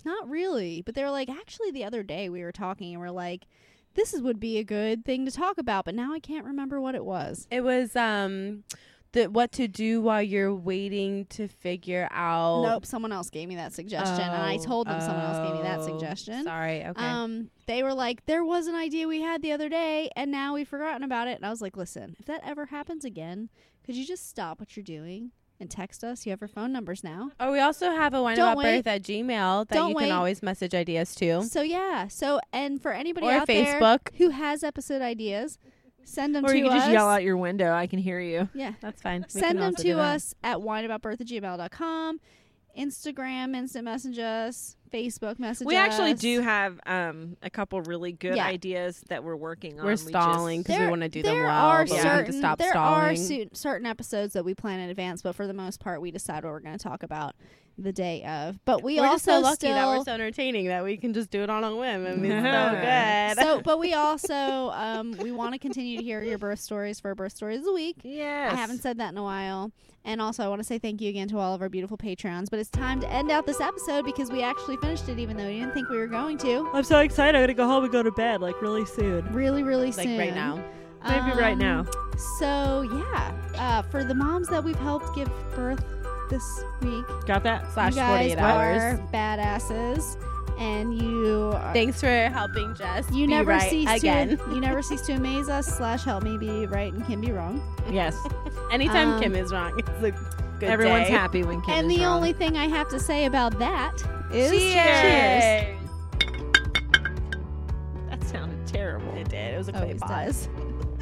Speaker 1: not really. But they're like, actually, the other day we were talking and we're like, this is, would be a good thing to talk about, but now I can't remember what it was.
Speaker 4: It was um, the what to do while you're waiting to figure out.
Speaker 1: Nope, someone else gave me that suggestion, and I
Speaker 4: Oh,
Speaker 1: told them someone else gave me that
Speaker 4: oh,
Speaker 1: suggestion.
Speaker 4: Sorry. Okay.
Speaker 1: Um, they were like, there was an idea we had the other day, and now we've forgotten about it. And I was like, listen, if that ever happens again, could you just stop what you're doing and text us? You have our phone numbers now.
Speaker 4: Oh, we also have a wine
Speaker 1: Don't
Speaker 4: about
Speaker 1: wait.
Speaker 4: birth at Gmail that
Speaker 1: Don't
Speaker 4: you
Speaker 1: wait.
Speaker 4: can always message ideas to,
Speaker 1: So yeah, so and for anybody
Speaker 4: or
Speaker 1: out there
Speaker 4: Facebook.
Speaker 1: who has episode ideas, send them
Speaker 3: Or
Speaker 1: to
Speaker 3: you can
Speaker 1: us.
Speaker 3: just yell out your window. I can hear you.
Speaker 1: Yeah,
Speaker 4: That's fine. We can
Speaker 1: send them
Speaker 4: also do
Speaker 1: to
Speaker 4: that.
Speaker 1: us at wineaboutbirth@gmail.com, Instagram, instant message us, Facebook message
Speaker 3: We actually
Speaker 1: us.
Speaker 3: do have um, a couple really good
Speaker 1: Yeah.
Speaker 3: ideas that we're working on.
Speaker 4: We're stalling
Speaker 3: We just,
Speaker 4: because we
Speaker 1: There-
Speaker 4: want to do them
Speaker 1: there
Speaker 4: well.
Speaker 1: Are
Speaker 4: but we
Speaker 1: certain,
Speaker 4: have to stop
Speaker 1: there are su-
Speaker 4: stalling.
Speaker 1: certain episodes that we plan in advance, but for the most part, we decide what we're going to talk about the day of. But we
Speaker 4: we're just
Speaker 1: also
Speaker 4: so lucky
Speaker 1: still
Speaker 4: that we're so entertaining that we can just do it on a whim. I mean,
Speaker 3: Yeah.
Speaker 4: it's so good.
Speaker 1: so, but
Speaker 4: [laughs]
Speaker 1: we also um, we want to continue to hear your birth stories for birth stories of the week.
Speaker 3: yes.
Speaker 1: I haven't said that in a while. And also, I want to say thank you again to all of our beautiful patrons. But it's time to end out this episode because we actually finished it, even though we didn't think we were going to.
Speaker 3: I'm so excited. I'm gonna go home and go to bed like really soon.
Speaker 1: Really, really
Speaker 4: like
Speaker 1: soon.
Speaker 4: right now,
Speaker 3: Maybe right
Speaker 1: Um,
Speaker 3: now.
Speaker 1: So yeah, uh, for the moms that we've helped give birth this week,
Speaker 3: Got that?
Speaker 4: [laughs] slash
Speaker 1: you guys
Speaker 4: 48
Speaker 1: are
Speaker 4: hours.
Speaker 1: badasses, and you are,
Speaker 4: Thanks for helping, Jess.
Speaker 1: you
Speaker 4: be
Speaker 1: never
Speaker 4: right
Speaker 1: cease [laughs]
Speaker 4: again. [laughs]
Speaker 1: to you never cease to amaze us. Slash, help me be right and Kim be wrong.
Speaker 3: Yes.
Speaker 4: Anytime
Speaker 1: Um,
Speaker 4: Kim is wrong, it's a good
Speaker 3: Everyone's
Speaker 4: day.
Speaker 3: happy when Kim
Speaker 1: and
Speaker 3: is
Speaker 1: the
Speaker 3: wrong.
Speaker 1: only thing I have to say about that is cheers.
Speaker 4: Cheers.
Speaker 3: That sounded terrible.
Speaker 4: It did. It was a clay
Speaker 1: Always
Speaker 4: pot.
Speaker 1: does.